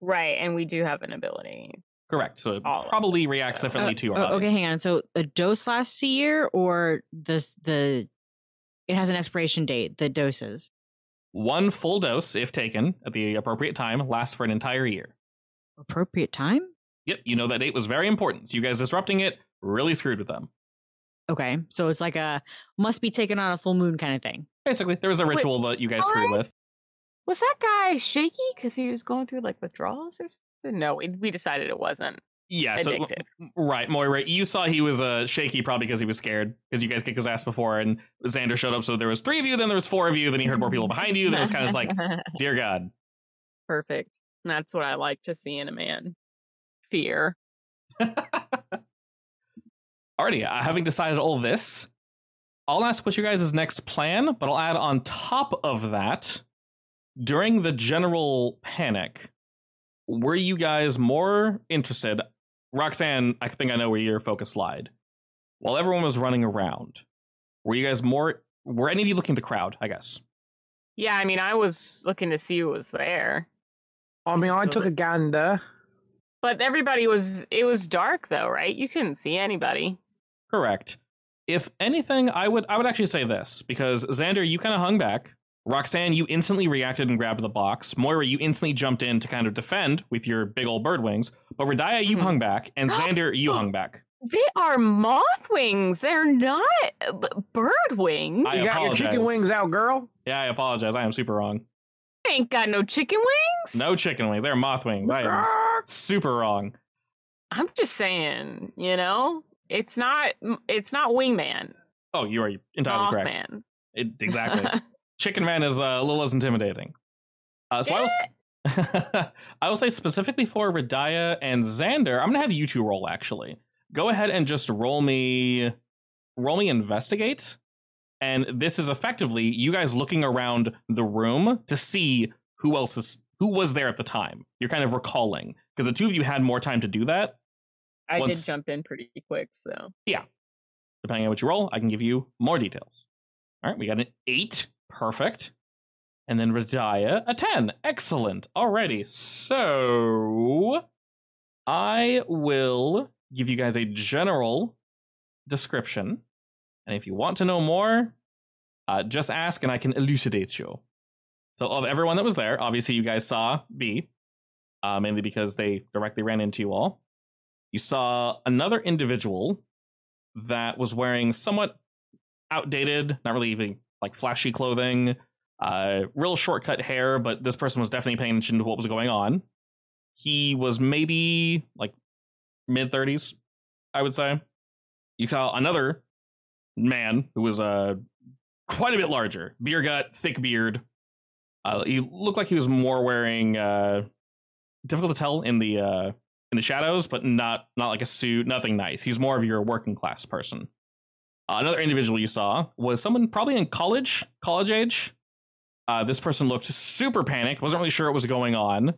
S2: Right, and we do have an ability.
S1: Correct. So it
S2: Oh.
S1: probably reacts differently
S4: Uh,
S1: to your
S4: oh,
S1: body.
S4: okay, hang on. So a dose lasts a year, or this the it has an expiration date. The doses.
S1: One full dose, if taken at the appropriate time, lasts for an entire year.
S4: appropriate time?
S1: Yep, you know that date was very important. So you guys disrupting it really screwed with them.
S4: Okay. So it's like a must be taken on a full moon kind of thing.
S1: Basically, there was a ritual that you guys screwed
S2: what?
S1: with.
S2: Was that guy shaky because he was going through like withdrawals or something? No, we, we decided it wasn't
S1: Yeah, so
S2: addictive.
S1: right, Moira, you saw he was uh, shaky probably because he was scared because you guys kicked his ass before, and Xander showed up. So there was three of you, then there was four of you, then he heard more people behind you. Then it was kind of like, dear God,
S2: perfect. That's what I like to see in a man. Fear.
S1: Alrighty, uh, having decided all this, I'll ask what your guys' next plan, but I'll add on top of that, during the general panic, were you guys more interested? Roxanne, I think I know where your focus lied. While everyone was running around, were you guys more, were any of you looking at the crowd, I guess?
S2: Yeah, I mean, I was looking to see who was there,
S3: I mean, I
S2: So
S3: took
S2: the-
S3: a gander.
S2: but everybody was. It was dark though, right? You couldn't see anybody.
S1: Correct. If anything, I would I would actually say this because Xander, you kind of hung back. Roxanne, you instantly reacted and grabbed the box. Moira, you instantly jumped in to kind of defend with your big old bird wings. But Radaya, you
S2: Mhm.
S1: hung back, and Xander,
S2: Oh.
S1: you hung back.
S2: They are moth wings. They're not uh, b- bird wings.
S1: I
S3: you got your chicken
S1: apologize.
S3: wings out, girl.
S1: Yeah, I apologize. I am super wrong.
S2: I ain't got no chicken wings.
S1: No chicken wings. They're moth wings. I am super wrong.
S2: I'm just saying, you know, it's not. It's not wingman.
S1: Oh, you are entirely
S2: Moth
S1: correct.
S2: man.
S1: It- exactly. Chicken Man is uh, a little less intimidating. Uh, so I will, s- I will say specifically for Radaya and Xander, I'm gonna have you two roll actually. Go ahead and just roll me, roll me investigate, and this is effectively you guys looking around the room to see who else is who was there at the time. You're kind of recalling because the two of you had more time to do that.
S2: I
S1: Once-
S2: did jump in pretty quick, so
S1: Depending on what you roll, I can give you more details. All right, we got an eight. Perfect. And then Radaya, a 10. Excellent. Alrighty. So I will give you guys a general description. And if you want to know more, uh, just ask and I can elucidate you. So, of everyone that was there, obviously you guys saw B, uh, mainly because they directly ran into you all. You saw another individual that was wearing somewhat outdated, not really even like flashy clothing, uh, real shortcut hair, but this person was definitely paying attention to what was going on. He was maybe like mid 30s, I would say. You saw another man who was uh, quite a bit larger, beer gut, thick beard. Uh, he looked like he was more wearing uh, difficult to tell in the uh, in the shadows, but not not like a suit, nothing nice. He's more of your working class person. Uh, another individual you saw was someone probably in college, college age. Uh, this person looked super panicked, wasn't really sure what was going on.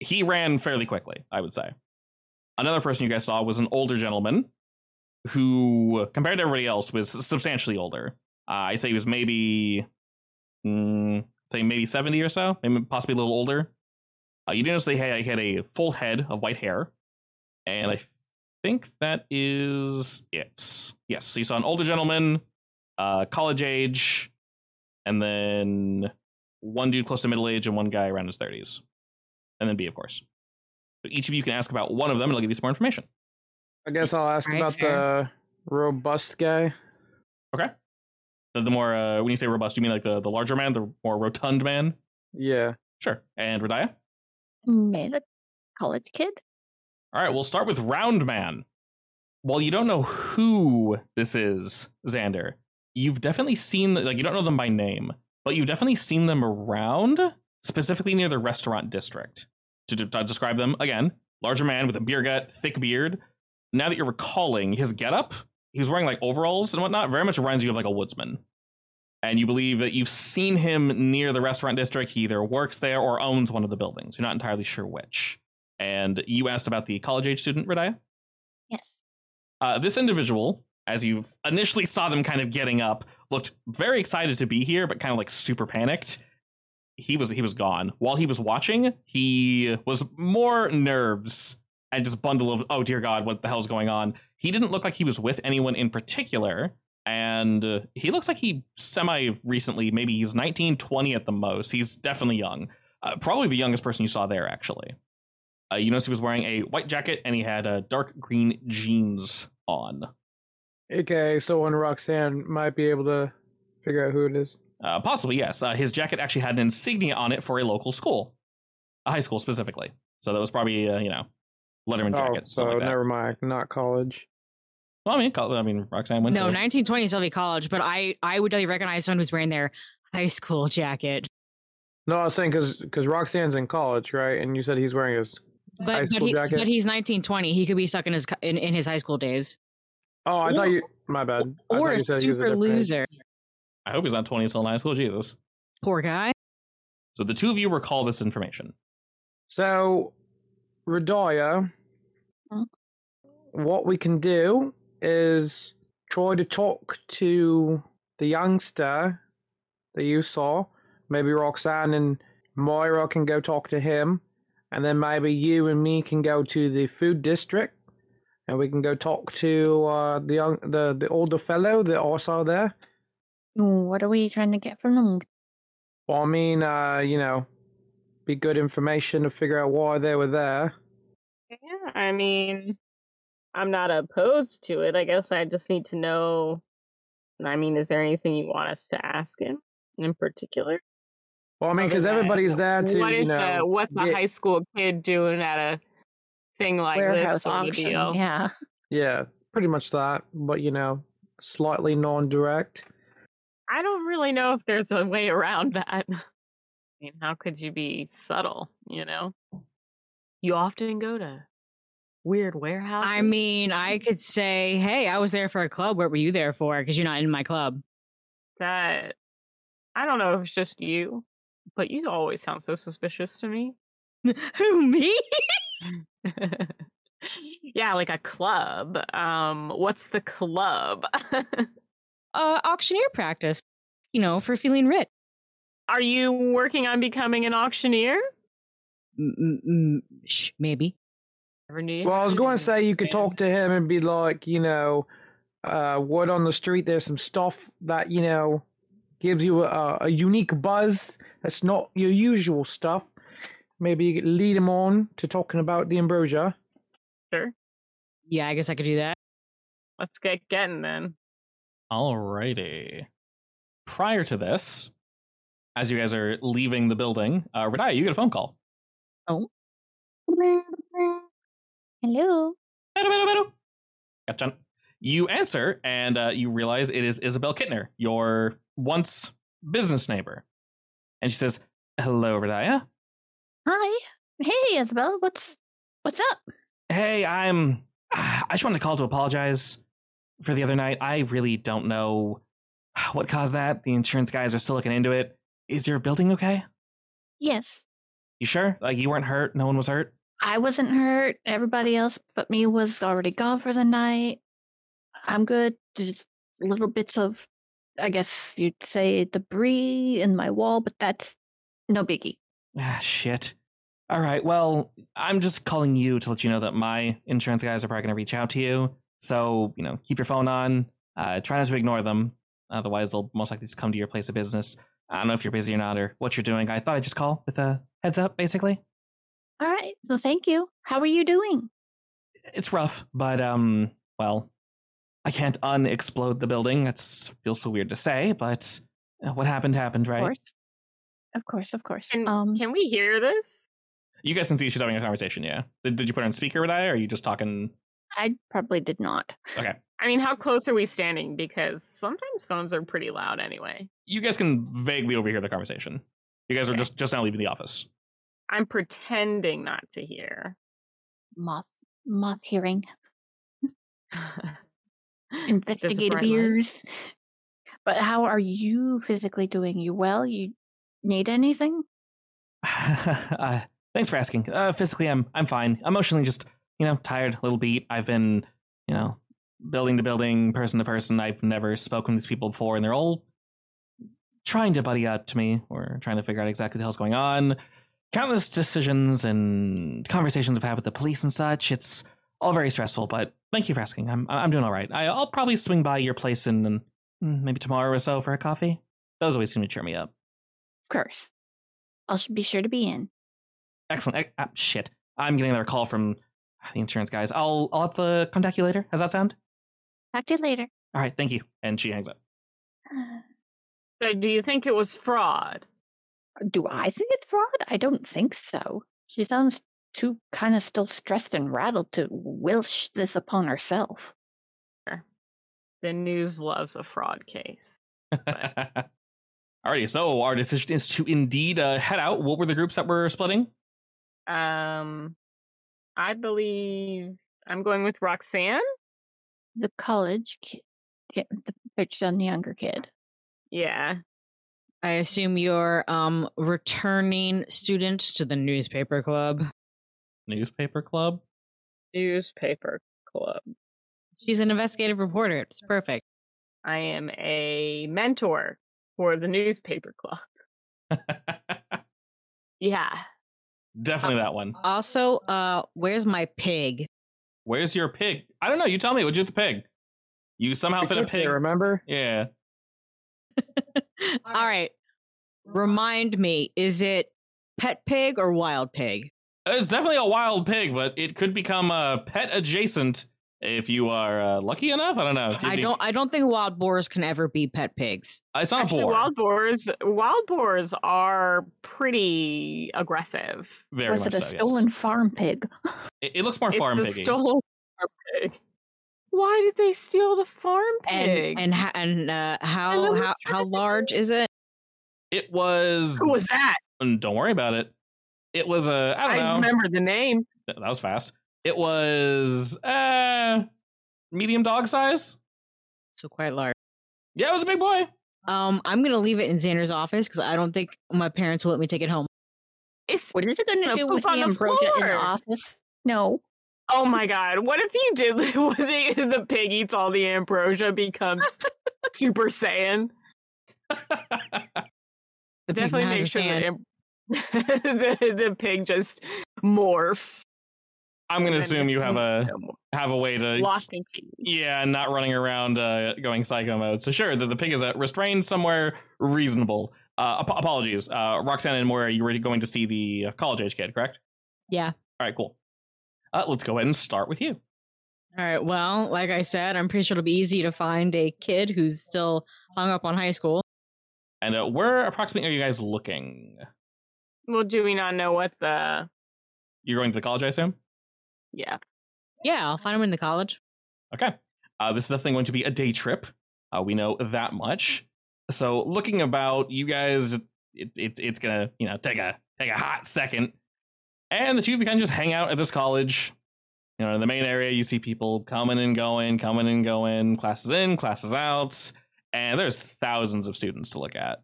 S1: He ran fairly quickly, I would say. Another person you guys saw was an older gentleman who, compared to everybody else, was substantially older. Uh, I say he was maybe, mm, say maybe seventy or so, maybe possibly a little older. Uh, you do notice they had, he had a full head of white hair, and I think that is it. Yes, so you saw an older gentleman, uh, college age, and then one dude close to middle age and one guy around his thirties, and then B, of course. But each of you can ask about one of them, and I'll give you some more information.
S3: I guess I'll ask
S4: Right,
S3: about
S4: fair.
S3: the robust guy.
S1: The, the more uh, when you say robust, you mean like the the larger man, the more rotund man.
S3: Yeah.
S1: Sure. And Radaya.
S5: Met a college kid?
S1: All right, we'll start with Round Man. While you don't know who this is, Xander, you've definitely seen like you don't know them by name, but you've definitely seen them around, specifically near the restaurant district. To, de- to describe them again, larger man with a beer gut, thick beard. Now that you're recalling his getup, he was wearing like overalls and whatnot. Very much reminds you of like a woodsman. And you believe that you've seen him near the restaurant district. He either works there or owns one of the buildings. You're not entirely sure which. And you asked about the college age student, Radia.
S5: Yes.
S1: Uh, this individual, as you initially saw them kind of getting up, looked very excited to be here, but kind of like super panicked. He was he was gone. While he was watching, he was more nerves and just bundle of oh dear god, what the hell's going on? He didn't look like he was with anyone in particular, and uh, he looks like he semi recently, maybe he's 19, 20 at the most. He's definitely young. Uh, probably the youngest person you saw there actually. Uh, you notice he was wearing a white jacket and he had uh, dark green jeans on.
S3: Okay, so when Roxanne might be able to figure out who it is.
S1: Uh, possibly, yes. Uh, his jacket actually had an insignia on it for a local school, a high school specifically. So that was probably, uh, you know, Letterman
S3: Oh,
S1: jacket.
S3: so
S1: something like that.
S3: never mind. Not college.
S1: Well, I mean, col- I mean, Roxanne went
S4: no,
S1: to.
S4: 1920 is definitely college, but I I would definitely recognize someone who's wearing their high school jacket.
S3: No, I was saying because Roxanne's in college, right? And you said he's wearing his.
S4: But
S3: High
S4: but,
S3: school
S4: he,
S3: jacket?
S4: but he's 1920. He could be stuck in his co- in, in his high school days,
S3: Oh, I
S4: Or-
S3: thought you. My bad. I
S4: or
S3: thought
S4: a
S3: you said he was a
S4: super
S3: different age.
S4: loser.
S1: I hope he's not 20 still in high school. Jesus.
S4: Poor guy.
S1: So the two of you recall this information.
S3: So, Radaya,
S5: Mm.
S3: what we can do is try to talk to the youngster that you saw. Maybe Roxanne and Moira can go talk to him. And then maybe you and me can go to the food district and we can go talk to uh, the young, the, the older fellow that I saw there.
S5: What are we trying to get from them?
S3: Well, I mean, uh, you know, be good information to figure out why they were there.
S2: Yeah, I mean, I'm not opposed to it. I guess I just need to know. I mean, is there anything you want us to ask him in particular?
S3: Well, I mean,
S2: Other
S3: because
S2: than-
S3: everybody's there to,
S2: what
S3: you
S2: is the,
S3: know,
S2: what's the
S3: get-
S2: high school kid doing at a thing like
S5: Warehouse
S2: this? sort of
S5: auction.
S2: deal?
S5: Yeah.
S3: yeah, pretty much that, but you know, slightly non-direct.
S2: I don't really know if there's a way around that. I mean, how could you be subtle? You know, you often go to weird warehouses.
S4: I mean, I could say, "Hey, I was there for a club. What were you there for? Because you're not in my club."
S2: that I don't know if it's just you, but you always sound so suspicious to me.
S4: Who me?
S2: yeah, like a club. Um, what's the club?
S4: Uh, auctioneer practice. You know, for feeling rich.
S2: Are you working on becoming an auctioneer?
S4: M- m- m- shh, maybe.
S2: Never knew you
S3: Well, I
S2: had
S3: was
S2: it
S3: going
S2: in
S3: to
S2: you,
S3: say you could
S2: man.
S3: talk to him and be like, you know, uh, word on the street, there's some stuff that you know gives you a, a unique buzz that's not your usual stuff. Maybe you could lead him on to talking about the ambrosia.
S2: Sure.
S4: Yeah, I guess I could do that.
S2: Let's get getting then.
S1: Alrighty. Prior to this, as you guys are leaving the building, uh, Radaya, you get a phone call.
S5: Hello.
S1: Hello, hello, hello. Gotcha. You answer, and uh, you realize it is Isabel Kittner, your once business neighbor. And she says, Hello, Radaya.
S5: Hi. Hey, Isabel. What's what's up?
S1: Hey, I'm. ah, I just wanted to call to apologize for the other night. I really don't know what caused that. The insurance guys are still looking into it. Is your building okay?
S5: Yes.
S1: You sure? Like, you weren't hurt? No one was hurt?
S5: I wasn't hurt. Everybody else but me was already gone for the night. I'm good. Just little bits of I guess you'd say debris in my wall, but that's no biggie.
S1: Ah, shit. All right. Well, I'm just calling you to let you know that my insurance guys are probably going to reach out to you. So, you know, keep your phone on. Uh, try not to ignore them. Otherwise, they'll most likely just come to your place of business. I don't know if you're busy or not or what you're doing. I thought I'd just call with a heads up, basically.
S5: All right. So thank you. How are you doing?
S1: It's rough, but, um, well, I can't unexplode the building. That feels so weird to say, but uh, what happened happened,
S5: Of
S1: right?
S5: course. Of course, of course.
S2: Can
S5: um
S2: can we hear this?
S1: You guys can see she's having a conversation. Yeah. Did, did you put her on speaker, Radia, or are you just talking?
S5: I probably did not.
S2: I mean, how close are we standing? Because sometimes phones are pretty loud anyway.
S1: You guys can vaguely overhear the conversation. You guys are just just now leaving the office.
S2: I'm pretending not to hear.
S5: Moth, moth hearing,
S2: Just a
S5: investigative
S2: bright light.
S5: ears. But how are you physically doing? You well? You need anything?
S1: uh, thanks for asking. Uh, physically, I'm I'm fine. Emotionally, just you know, tired, a little beat. I've been, you know, building to building, person to person. I've never spoken to these people before, and they're all trying to buddy up to me or trying to figure out exactly what the hell's going on. Countless decisions and conversations I've had with the police and such. It's all very stressful, but thank you for asking. I'm I'm doing all right. I, I'll probably swing by your place in, in mm, maybe tomorrow or so for a coffee. Those always seem to cheer me up.
S5: Of course. I'll sh- be sure to be in.
S1: Excellent. Ec- ah, shit. I'm getting another call from ah, the insurance guys. I'll I'll have to contact you later. How's that sound?
S5: Talk to you later.
S1: All right, thank you. And she hangs up.
S2: So do you think it was fraud?
S5: Do I think it's fraud? I don't think so. She sounds too kind of still stressed and rattled to wish this upon herself.
S2: The news loves a fraud case.
S1: Alrighty, so our decision is to indeed uh, head out. What were the groups that were splitting?
S2: Um, I believe I'm going with Roxanne.
S5: The college kid, yeah, the bitch on the younger kid.
S2: Yeah,
S4: I assume you're um returning student to the newspaper club.
S1: Newspaper club.
S2: newspaper club.
S4: She's an investigative reporter. It's perfect.
S2: I am a mentor for the newspaper club. Yeah.
S1: Definitely that one.
S4: Also, uh, where's my pig?
S1: Where's your pig? I don't know. You tell me. What'd you do with the pig? You somehow fit a
S3: Because they
S1: pig.
S3: Remember?
S1: Yeah.
S4: All right. Remind me, is it pet pig or wild pig?
S1: It's definitely a wild pig, but it could become uh, pet adjacent if you are uh, lucky enough. I don't know. Do you-
S4: I
S1: do-
S4: don't I don't think wild boars can ever be pet pigs.
S1: It's not
S2: Actually,
S1: a boar.
S2: wild boars. Wild boars are pretty aggressive.
S1: Very
S5: Was
S1: much
S5: it a
S1: so, yes.
S5: stolen farm pig?
S1: It, it looks more farm
S2: it's a
S1: piggy.
S2: stolen farm pig. Why did they steal the farm
S4: And
S2: pig?
S4: and ha- and uh, how
S2: love
S4: how how large is it?
S1: it was.
S2: Who was that?
S1: Mm, Don't worry about it. It was a. I don't know.
S2: remember the name.
S1: Th- that was fast. It was uh, medium dog size.
S4: So quite large.
S1: Yeah, it was a big boy.
S4: Um, I'm gonna leave it in Xander's office because I don't think my parents will let me take it home.
S2: It's
S5: What is it going to
S2: Gonna
S5: do
S2: poop
S5: with
S2: on
S5: the
S2: the
S5: ambrosia in the
S2: floor.
S5: office? No.
S2: oh my god! What if you did? What if the, the pig eats all the ambrosia, becomes Super Saiyan?
S4: The pig
S2: Definitely
S4: has
S2: make
S4: a
S2: sure
S4: stand.
S2: that am- the the pig just morphs.
S1: I'm gonna
S2: and
S1: assume you
S2: it's
S1: have a
S2: no more.
S1: have a way to
S2: locked and key.
S1: yeah, and not running around uh, going psycho mode. So sure, the, the pig is uh, restrained somewhere reasonable. Uh, ap- apologies, uh, Roxanne and Moira, you were going to see the uh, college age kid, correct?
S4: Yeah.
S1: All right, cool. Uh, let's go ahead and start with you.
S4: All right. Well, like I said, I'm pretty sure it'll be easy to find a kid who's still hung up on high school.
S1: And uh, where approximately are you guys looking?
S2: Well, do we not know what the
S1: You're going to the college, I assume.
S2: yeah?
S4: Yeah, I'll find him in the college.
S1: Okay. Uh, this is definitely going to be a day trip. Uh, we know that much. So looking about, you guys, it, it, it's gonna you know take a take a hot second, and the two of you kind of just hang out at this college. You know, in the main area, you see people coming and going, coming and going, classes in, classes out, and there's thousands of students to look at.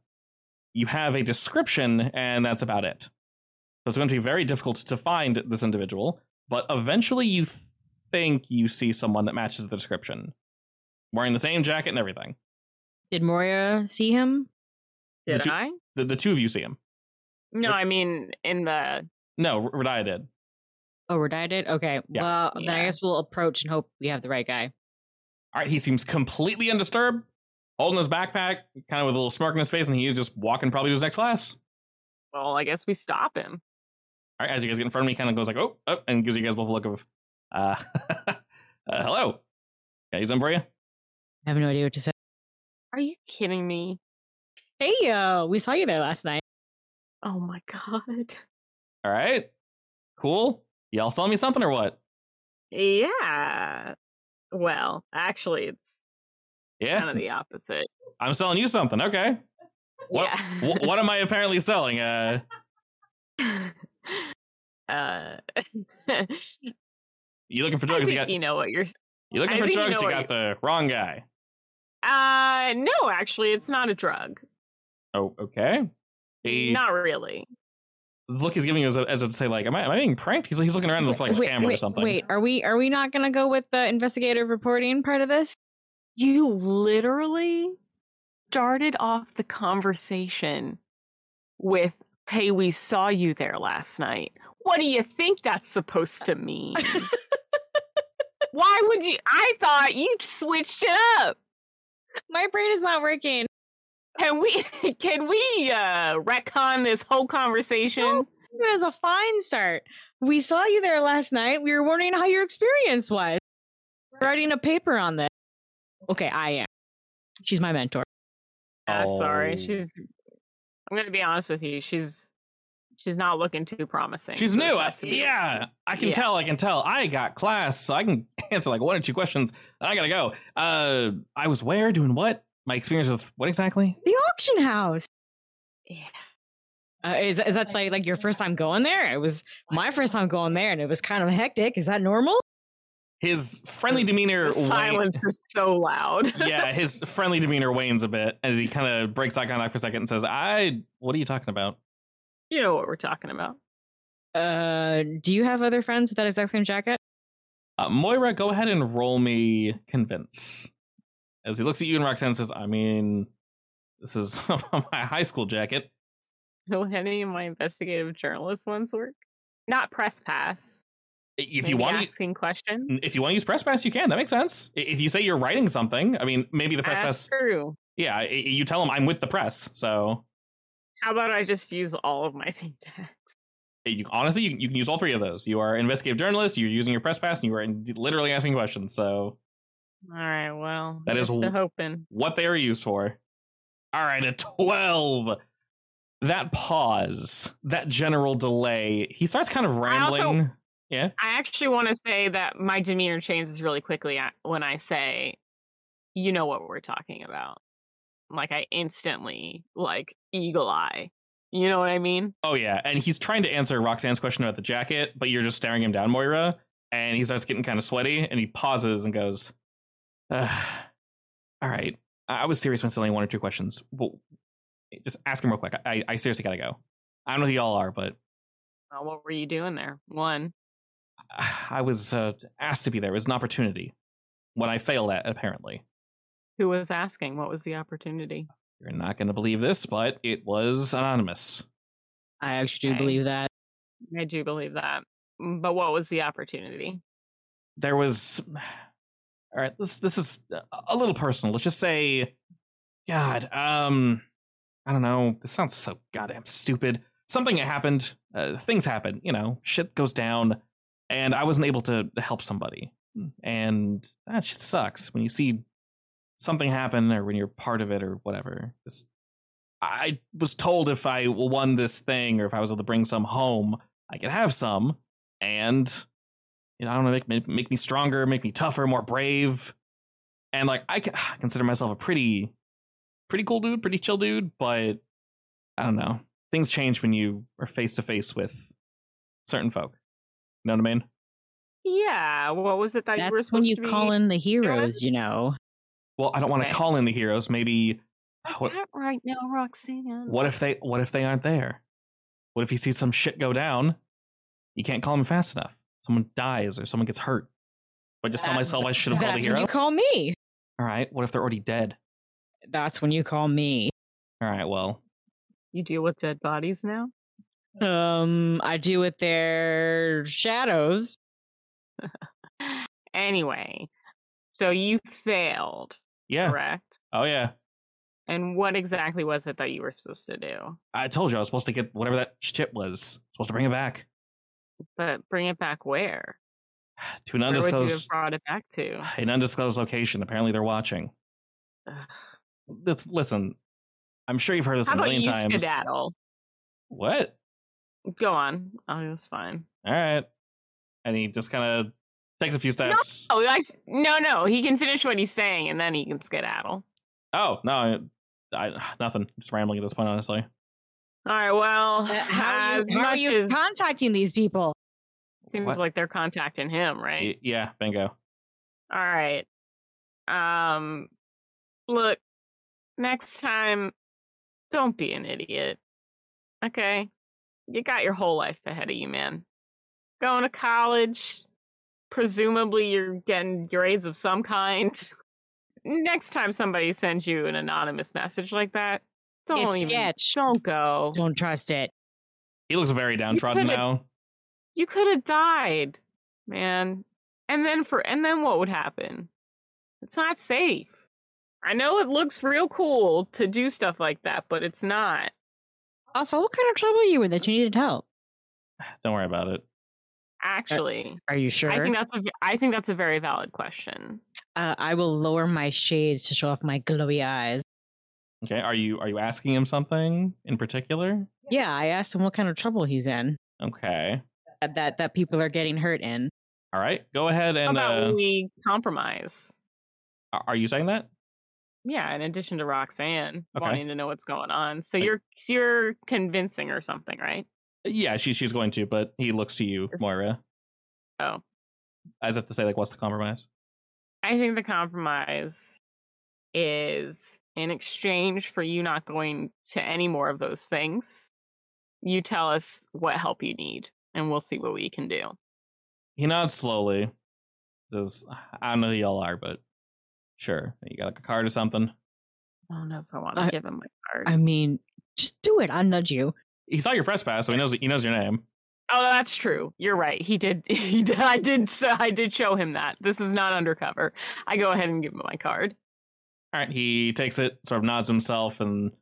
S1: You have a description, and that's about it. So it's going to be very difficult to find this individual but eventually you th- think you see someone that matches the description, wearing the same jacket and everything.
S4: Did Moria see him?
S1: The
S2: Did
S1: two-
S2: I?
S1: The, the two of you see him.
S2: No,
S1: Yep.
S2: I mean in the
S1: No, R- Radia did.
S4: Oh, we're dieted? Okay.
S1: Yeah.
S4: Well, then I
S2: Yeah.
S4: guess we'll approach and hope we have the right guy.
S1: All right, he seems completely undisturbed, holding his backpack, kind of with a little smirk on his face, and he's just walking probably to his next class.
S2: well, I guess we stop him.
S1: All right, as you guys get in front of me, he kind of goes like, oh, oh, and gives you guys both a look of, uh, uh hello. Yeah, he's Umbria.
S4: I have no idea what to say.
S2: Are you kidding me?
S4: uh, Hey, yo, we saw you there last night.
S2: Oh my god!
S1: All right. Cool? Y'all selling me something or what?
S2: Yeah. Well, actually, it's kind
S1: Yeah,
S2: of the opposite.
S1: I'm selling you something. Okay. What,
S2: Yeah.
S1: wh- what am I apparently selling? Uh,
S2: uh,
S1: you looking for
S2: I
S1: drugs?
S2: think
S1: You got
S2: you know what you're.
S1: you looking
S2: I
S1: for
S2: think you
S1: drugs?
S2: know
S1: You got
S2: what
S1: the wrong guy.
S2: Uh, no, actually, it's not a drug.
S1: Oh, okay. He
S2: Not really.
S1: the look he's giving you as, a, as if to say like, am I am I being pranked? He's he's looking around with like a
S4: wait,
S1: camera
S4: wait,
S1: or something.
S4: Wait, are we are we not gonna go with the investigative reporting part of this?
S2: You literally started off the conversation with, "Hey, we saw you there last night." What do you think that's supposed to mean? Why would you? I thought you switched it up.
S4: My brain is not working.
S2: Can we? Can we uh retcon this whole conversation?
S4: No, That is a fine start. We saw you there last night. We were wondering how your experience was. We're Writing a paper on this. Okay, I am. She's my mentor.
S2: Yeah, sorry.
S1: Oh.
S2: She's. I'm gonna be honest with you. She's. She's not looking too promising.
S1: She's
S2: so this
S1: new. I,
S2: has to be-
S1: yeah, I can
S2: Yeah.
S1: tell. I can tell. I got class, so I can answer like one or two questions. And I gotta go. Uh, I was where, doing what? My experience with what exactly?
S4: The auction house.
S2: Yeah.
S4: Uh, is is that like like your first time going there? It was my first time going there, and it was kind of hectic. Is that normal?
S1: His friendly demeanor.
S2: Mm, The
S1: wane-
S2: silence is so loud.
S1: yeah, his friendly demeanor wanes a bit as he kind of breaks eye contact for a second and says, "I. What are you talking about?
S2: you know what we're talking about.
S4: Uh, do you have other friends with that exact same jacket?
S1: Uh, Moira, go ahead and roll me convince." As he looks at you and Roxanne says, "I mean, this is my high school jacket."
S2: Will any of my investigative journalist ones work? Not press pass.
S1: If
S2: maybe
S1: you want, to
S2: asking questions.
S1: if you want to use press pass, you can. That makes sense. I- If you say you're writing something, I mean, maybe the press
S2: That's
S1: pass.
S2: true.
S1: Yeah, i- i- you tell them I'm with the press. So
S2: How about I just use all of my think tanks?
S1: you, honestly, you, you can use all three of those. You are an investigative journalist. You're using your press pass, and you are in- literally asking questions. So
S2: All right. Well,
S1: That is
S2: here's to
S1: w-
S2: hoping.
S1: what they are used for? All right, a twelve. That pause, that general delay. He starts kind of
S2: I also-
S1: rambling. yeah.
S2: I actually want to say that my demeanor changes really quickly a- when I say, "You know what we're talking about." Like I instantly like eagle eye. You know what I mean?
S1: Oh yeah, and he's trying to answer Roxanne's question about the jacket, but you're just staring him down, Moira, and he starts getting kind of sweaty, and he pauses and goes, Ugh. "All right, I-, I was serious when it's only one or two questions. Well, just ask him real quick. I I seriously gotta go. I don't know who y'all are, but
S2: Well, what were you doing there? One.
S1: I, I was uh, asked to be there. It was an opportunity. When I failed at, apparently,
S2: Who was asking? What was the opportunity?
S1: you're not gonna believe this, but it was anonymous.
S4: I actually do
S2: I-
S4: believe that.
S2: I do believe that. Mm, But what was the opportunity?
S1: there was all right this this is a little personal let's just say god um i don't know this sounds so goddamn stupid something happened uh, things happen you know shit goes down and i wasn't able to help somebody and that shit sucks when you see something happen or when you're part of it or whatever Just- i was told if i won this thing or if i was able to bring some home i could have some and you know, I don't know, make me, make me stronger, make me tougher, more brave. And like, I c- consider myself a pretty, pretty cool dude, pretty chill dude, but I don't know. Things change when you are face to face with certain folk. You know what I mean?
S2: Yeah. What was it that you were
S4: That's
S2: supposed
S4: when you
S2: to be?
S4: call in the heroes, you know.
S1: Well, I don't want to
S2: Okay.
S1: call in the heroes. Maybe
S2: Not
S1: what,
S2: that right now, Roxanne.
S1: what if they what if they aren't there? What if you see some shit go down? You can't call them fast enough. Someone dies or someone gets hurt. Do I just tell
S2: That-
S1: myself I should have called a
S4: That's when
S1: hero.
S4: you call me.
S1: All right. What if they're already dead?
S4: That's when you call me.
S1: All right. Well,
S2: You deal with dead bodies now?
S4: Um, I do with their shadows.
S2: Anyway, so you failed,
S1: yeah.
S2: correct?
S1: Oh yeah.
S2: And what exactly was it that you were supposed to do?
S1: I told you I was supposed to get whatever that chip was. Supposed to bring it back
S2: But bring it back where?
S1: to an
S2: Where would you have
S1: undisclosed
S2: brought it back to?
S1: an undisclosed location. Apparently, they're watching.
S2: Ugh.
S1: Th- Listen, I'm sure you've heard this
S2: How
S1: a
S2: about
S1: million
S2: you
S1: times.
S2: skedaddle?
S1: What?
S2: Go on. Oh, it was fine.
S1: all right. And he just kind of takes a few steps.
S2: Oh, I s no, no. He can finish what he's saying, and then he can skedaddle.
S1: Oh, no, I, I- nothing. just rambling at this point, honestly.
S2: All right. Well,
S4: Uh, how are
S2: as
S4: you, how are
S2: much
S4: you
S2: as
S4: contacting these people?
S2: seems
S1: What?
S2: like they're contacting him, right?
S1: Y- yeah, bingo.
S2: All right. Um, look, next time, don't be an idiot. Okay? You got your whole life ahead of you, man. Going to college, presumably you're getting grades of some kind. Next time somebody sends you an anonymous message like that, don't
S4: It's
S2: even
S4: sketch.
S2: don't go.
S4: Don't trust it.
S1: He looks very downtrodden
S2: could've-
S1: now.
S2: You could have died, man. And then for and then what would happen? It's not safe. I know it looks real cool to do stuff like that, but it's
S1: Eh,
S2: not.
S4: Also, what kind of trouble are you in that you needed help?
S1: Don't worry about it.
S2: Actually,
S4: Are you sure?
S2: I think that's a v- I think that's a very valid question.
S4: uh, I will lower my shades to show off my glowy eyes.
S1: Okay, are you are you asking him something in particular?
S4: Yeah, I asked him what kind of trouble he's in
S1: Okay,
S4: that that, that people are getting hurt in.
S1: all right. Go ahead
S2: How
S1: and
S2: about
S1: uh,
S2: we compromise?
S1: are are you saying that?
S2: Yeah, in addition to Roxanne
S1: Okay.
S2: wanting to know what's going on, so
S1: Like-
S2: you're you're convincing or something, right?
S1: Yeah, she, she's going to, but he looks to you,
S2: Is-
S1: Moira,
S2: Oh,
S1: as if to say, like, what's the compromise?
S2: I think the compromise is in exchange for you not going to any more of those things, you tell us what help you need and we'll see what we can do.
S1: He nods slowly. Says, I don't know who y'all are, but sure. You got like a card or something?
S2: I don't know if I want to
S4: I-
S2: give him my card.
S4: I mean, just do it. I'll nudge you.
S1: He saw your press pass, so he knows he knows your name.
S2: oh, that's true. You're right. He did. He did. I did. So I did show him that. This is not undercover. I go ahead and give him my card.
S1: All right, he takes it, sort of nods himself, and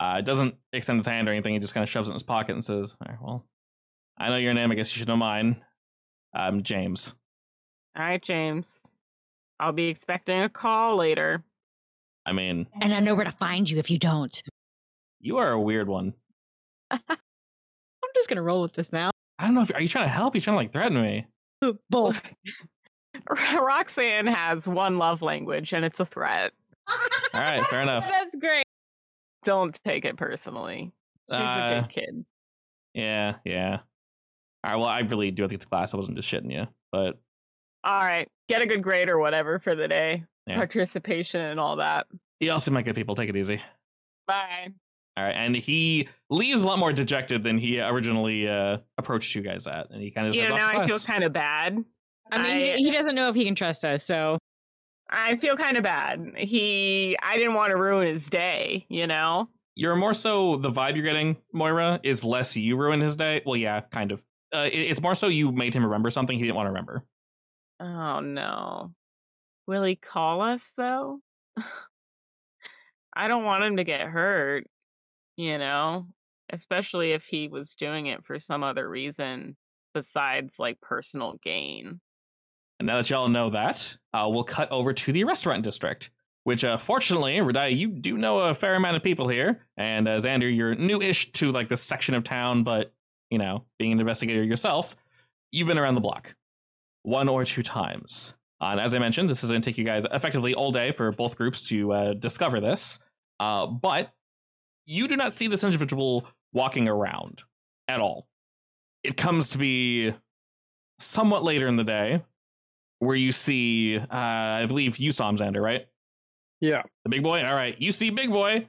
S1: uh, doesn't extend his hand or anything. He just kind of shoves it in his pocket and says, All right, well, I know your name. I guess you should know mine. I'm James.
S2: All right, James. I'll be expecting a call later.
S1: I mean,
S4: And I know where to find you if you don't.
S1: you are a weird one.
S4: I'm just going to roll with this now.
S1: I don't know if are you trying to help? Are you trying to like threaten me?
S4: Both.
S2: Roxanne has one love language and it's a threat.
S1: All right, fair enough.
S4: That's great.
S2: don't take it personally. She's a
S1: Uh,
S2: good kid.
S1: Yeah, yeah. All right. Well, I really do have to get to class. I wasn't just shitting you, but
S2: All right, get a good grade or whatever for the day,
S1: Yeah.
S2: participation and all that.
S1: you all seem like good people. Take it easy.
S2: Bye.
S1: All right. And he leaves a lot more dejected than he originally uh, approached you guys at, and he kind of
S2: Yeah,
S1: heads
S2: now
S1: off the
S2: I feel
S1: bus.
S2: kind of bad.
S4: I mean,
S2: I-
S4: he, he doesn't know if he can trust us, so
S2: I feel kind of bad. He, I didn't want to ruin his day, you know.
S1: You're more so the vibe you're getting, Moira, is less you ruined his day. Well, yeah, kind of. Uh, it- it's more so you made him remember something he didn't want to remember.
S2: Oh no, will he call us though? I don't want him to get hurt, you know, especially if he was doing it for some other reason besides like personal gain.
S1: And now that y'all know that, uh, we'll cut over to the restaurant district, which uh, fortunately, Radai, you do know a fair amount of people here. And uh, Xander, you're new-ish to like this section of town, but you know, being an investigator yourself, you've been around the block one or two times. Uh, and as I mentioned, this is going to take you guys effectively all day for both groups to uh, discover this. Uh, but you do not see this individual walking around at all. It comes to be somewhat later in the day, where you see, uh, I believe you saw him, Xander, right?
S3: Yeah.
S1: The big boy. All right, you see big boy.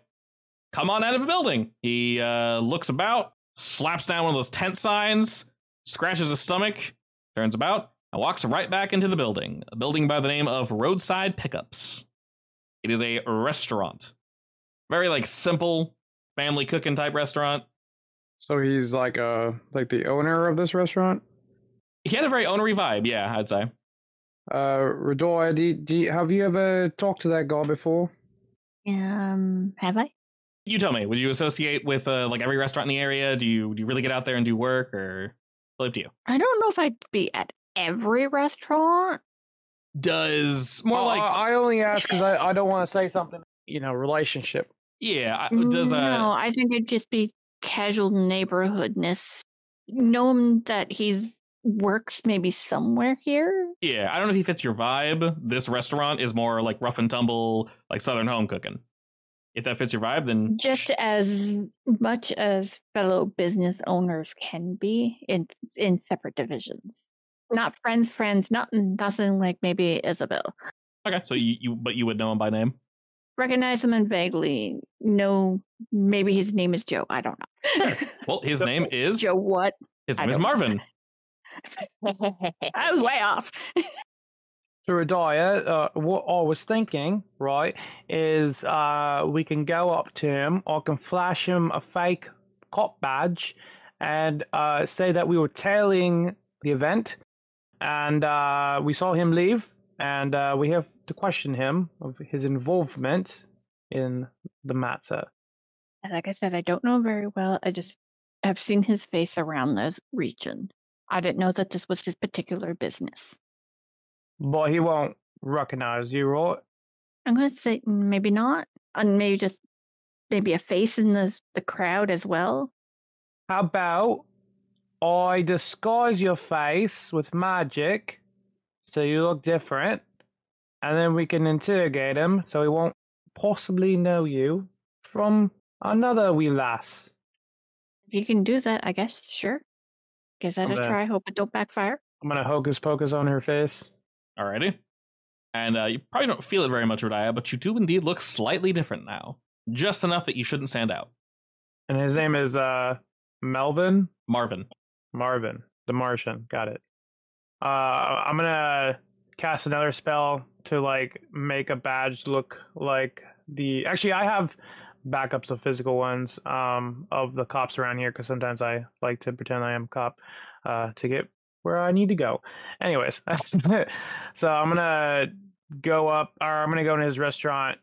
S1: Come on out of a building. He uh, looks about, slaps down one of those tent signs, scratches his stomach, turns about, and walks right back into the building. A building by the name of Roadside Pickups. It is a restaurant, very like simple family cooking type restaurant.
S3: So he's like uh like the owner of this restaurant.
S1: He had a very ownery vibe, yeah, I'd say.
S3: Uh, Radoy, do, do have you ever talked to that guy before?
S5: Um, have I?
S1: you tell me would you associate with uh, like every restaurant in the area do you do you really get out there and do work or Well, up to you
S5: I don't know if I'd be at every restaurant.
S1: does more
S3: Oh,
S1: like
S3: I, I only ask because I, I don't want to say something. You know, relationship.
S1: yeah I- does uh
S5: Mm, no? I think it'd just be casual neighborhoodness. Knowing that he's works maybe somewhere here.
S1: Yeah, I don't know if he fits your vibe. This restaurant is more like rough and tumble, like Southern home cooking. If that fits your vibe, then
S5: Just as much as fellow business owners can be in in separate divisions. Not friends, friends, not nothing like maybe Isabel.
S1: okay. So you, you but you would know him by name.
S5: Recognize him and vaguely know maybe his name is Joe. I don't know.
S1: Well, his name is
S5: Joe what?
S1: his
S5: I
S1: name is
S5: don't know.
S1: Marvin.
S5: I was way off.
S3: to Radaya, uh, what I was thinking, right, is uh, we can go up to him, I can flash him a fake cop badge and uh, say that we were tailing the event and uh, we saw him leave and uh, we have to question him of his involvement in the matter.
S5: And like I said, I don't know very well. I just have seen his face around the region. I didn't know that this was his particular business.
S3: But he won't recognize you, right?
S5: I'm gonna say "Mm, maybe not, and maybe just maybe a face in the the crowd as well.
S3: How about I disguise your face with magic so you look different, and then we can interrogate him so he won't possibly know you from another wee lass.
S5: If you can do that, I guess sure. Gives that a
S3: Okay.
S5: try. Hope it don't backfire.
S3: I'm gonna hocus pocus on her face.
S1: Alrighty. And uh, you probably don't feel it very much, Rodaya, but you do indeed look slightly different now. Just enough that you shouldn't stand out.
S3: And his name is uh Melvin
S1: Marvin.
S3: Marvin, the Martian. Got it. Uh, I'm gonna cast another spell to like make a badge look like the. Actually, I have backups of physical ones um of the cops around here because sometimes I like to pretend I am a cop uh to get where I need to go. Anyways, so I'm gonna go up or I'm gonna go in his restaurant,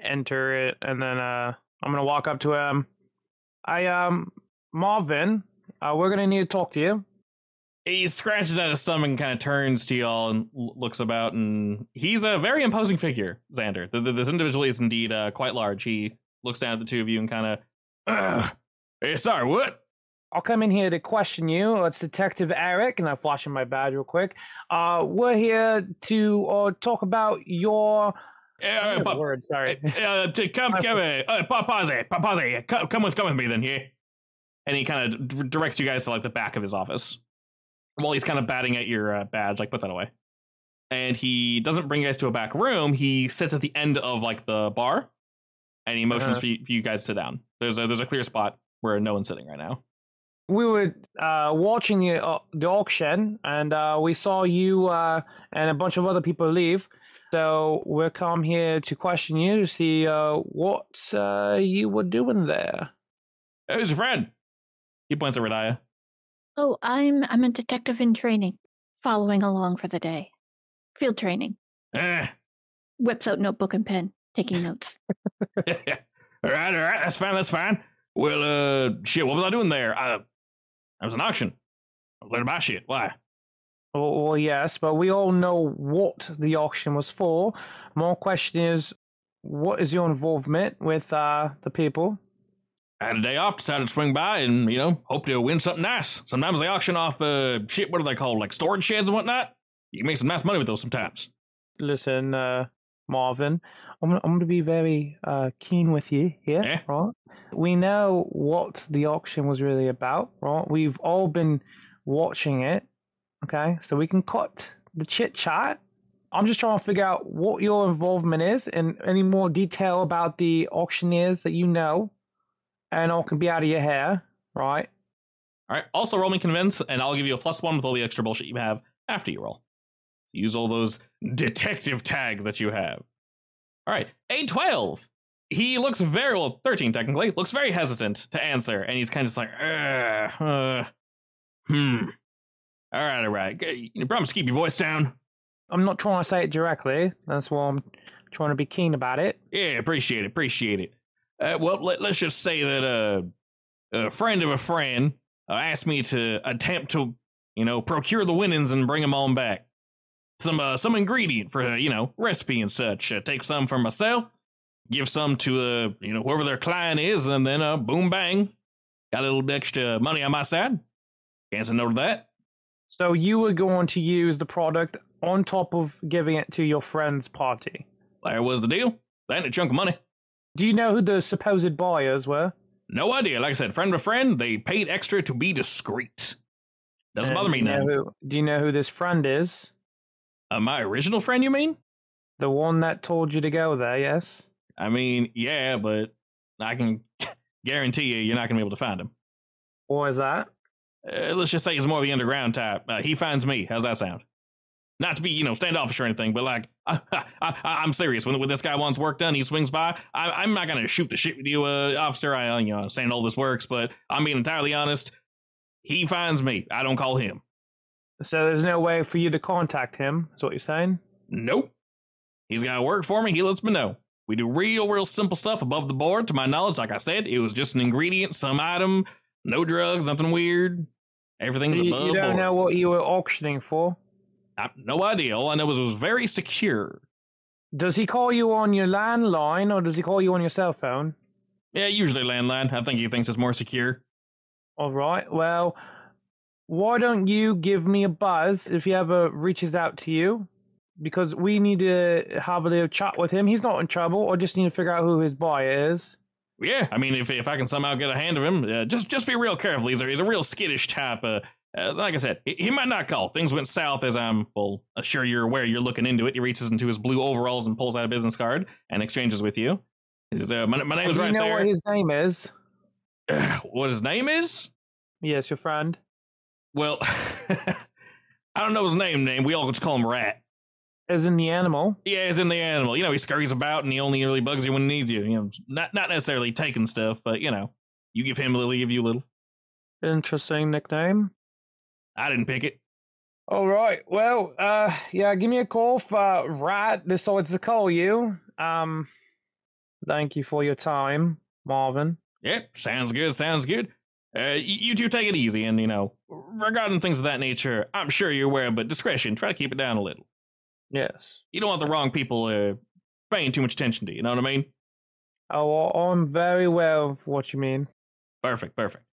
S3: enter it, and then uh I'm gonna walk up to him. I um Marvin, uh, we're gonna need to talk to you.
S1: He scratches at his stomach and kind of turns to y'all and l- looks about, and he's a very imposing figure, Xander. Th- th- this individual is indeed uh, quite large. He looks down at the two of you and kind of, hey, sorry, what?
S3: I'll come in here to question you. It's Detective Eric, and I flash in my badge real quick. Uh, we're here to uh, talk about your
S1: Yeah,
S3: Another
S1: pa-
S3: word. Sorry,
S1: uh, t- come,
S3: I-
S1: come, uh, uh, pa- pause it, pa- pause it. Come, come with, come with me, then. Yeah. And he kind of d- directs you guys to like the back of his office, while he's kind of batting at your uh, badge. Like, put that away. And he doesn't bring you guys to a back room. He sits at the end of like the bar, and he motions
S3: Uh-huh.
S1: for, you, for you guys to sit down. There's a there's a clear spot where no one's sitting right now.
S3: we were uh, watching the uh, the auction, and uh, we saw you uh, and a bunch of other people leave. So we're come here to question you to see uh, what uh, you were doing there.
S1: Hey, Who's your friend? He points at Radia.
S5: Oh, I'm I'm a detective in training, following along for the day, field training.
S1: Eh.
S5: Whips out notebook and pen, taking notes.
S1: all right, all right, that's fine, that's fine. Well, uh, shit, what was I doing there? I, I was an auction. I was there to buy shit. Why?
S3: Well, well, yes, but we all know what the auction was for. My question is, what is your involvement with uh, the people?
S1: I had a day off, decided to swing by and, you know, hope to win something nice. Sometimes they auction off, uh, shit, what are they called? Like storage sheds and whatnot? You can make some nice money with those sometimes.
S3: Listen, uh, Marvin, I'm, gonna- I'm going to be very uh, keen with you here,
S1: Yeah.
S3: right? We know what the auction was really about, right? We've all been watching it, okay? So we can cut the chit chat. I'm just trying to figure out what your involvement is and any more detail about the auctioneers that you know, and I can be out of your hair, right?
S1: All right, also roll me convince, and I'll give you a plus one with all the extra bullshit you have after you roll. Use all those detective tags that you have. All right, A12. He looks very, well, 13 technically, looks very hesitant to answer, and he's kind of just like, "Ugh, uh, hmm. All right, all right. G- You promise to keep your voice down?
S3: I'm not trying to say it directly. That's why I'm trying to be keen about it.
S1: Yeah, appreciate it, appreciate it. Uh, well, let, let's just say that uh, a friend of a friend uh, asked me to attempt to, you know, procure the winnings and bring them on back. Some uh, some ingredient for uh, you know recipe and such. Uh, take some for myself, give some to uh, you know whoever their client is, and then uh, boom bang, got a little extra money on my side. Can't say no to that.
S3: So you were going to use the product on top of giving it to your friend's party.
S1: There was the deal. That ain't a chunk of money.
S3: Do you know who the supposed buyers were?
S1: No idea. Like I said, friend of a friend, they paid extra to be discreet. Doesn't
S3: And
S1: bother me
S3: do you know
S1: none.
S3: who- Do you know who this friend is?
S1: Uh, my original friend, you mean?
S3: The one that told you to go there, yes?
S1: I mean, yeah, but I can guarantee you, you're not going to be able to find him.
S3: What is that?
S1: Uh, let's just say he's more of the underground type. Uh, he finds me. How's that sound? Not to be, you know, standoffish or anything, but like, I, I, I, I'm serious. When, when this guy wants work done, he swings by. I, I'm not gonna shoot the shit with you, uh, officer. I, uh, you know, understand all this works, but I'm being entirely honest. He finds me. I don't call him.
S3: So there's no way for you to contact him, is what you're saying?
S1: Nope. He's got work for me. He lets me know. We do real, real simple stuff above the board. To my knowledge, like I said, it was just an ingredient, some item, no drugs, nothing weird. Everything's
S3: You,
S1: above
S3: you don't
S1: board.
S3: know what you were auctioning for?
S1: I, no idea. All I know is it was very secure.
S3: Does he call you on your landline or does he call you on your cell phone?
S1: Yeah, usually landline. I think he thinks it's more secure.
S3: All right. Well, why don't you give me a buzz if he ever reaches out to you? Because we need to have a little chat with him. He's not in trouble. I just need to figure out who his buyer is.
S1: Yeah, I mean, if if I can somehow get a hand of him, uh, just just be real careful. He's a, he's a real skittish type. Uh, uh, like I said, he, he might not call. Things went south, as I'm well uh, sure you're aware. You're looking into it. He reaches into his blue overalls and pulls out a business card and exchanges with you. He says, uh, "My, my name's
S3: Do you
S1: right
S3: know
S1: there.
S3: what his name is?
S1: what his name is?
S3: Yes, your friend.
S1: Well, I don't know his name. Name. We all just call him Rat.
S3: As in the animal.
S1: Yeah, he's in the animal. You know, he scurries about and he only really bugs you when he needs you. You know, not not necessarily taking stuff, but you know, you give him a little, he give you a little.
S3: Interesting nickname.
S1: I didn't pick it.
S3: All right. Well, uh, yeah, give me a call if uh, Rat decides to call you. Um, thank you for your time, Marvin.
S1: Yep, sounds good. Sounds good. Uh, y- you two take it easy, and you know, regarding things of that nature, I'm sure you're aware, but discretion. Try to keep it down a little.
S3: Yes.
S1: You don't want the wrong people uh, paying too much attention to you. You know what I mean?
S3: Oh, well, I'm very aware of what you mean.
S1: Perfect, perfect.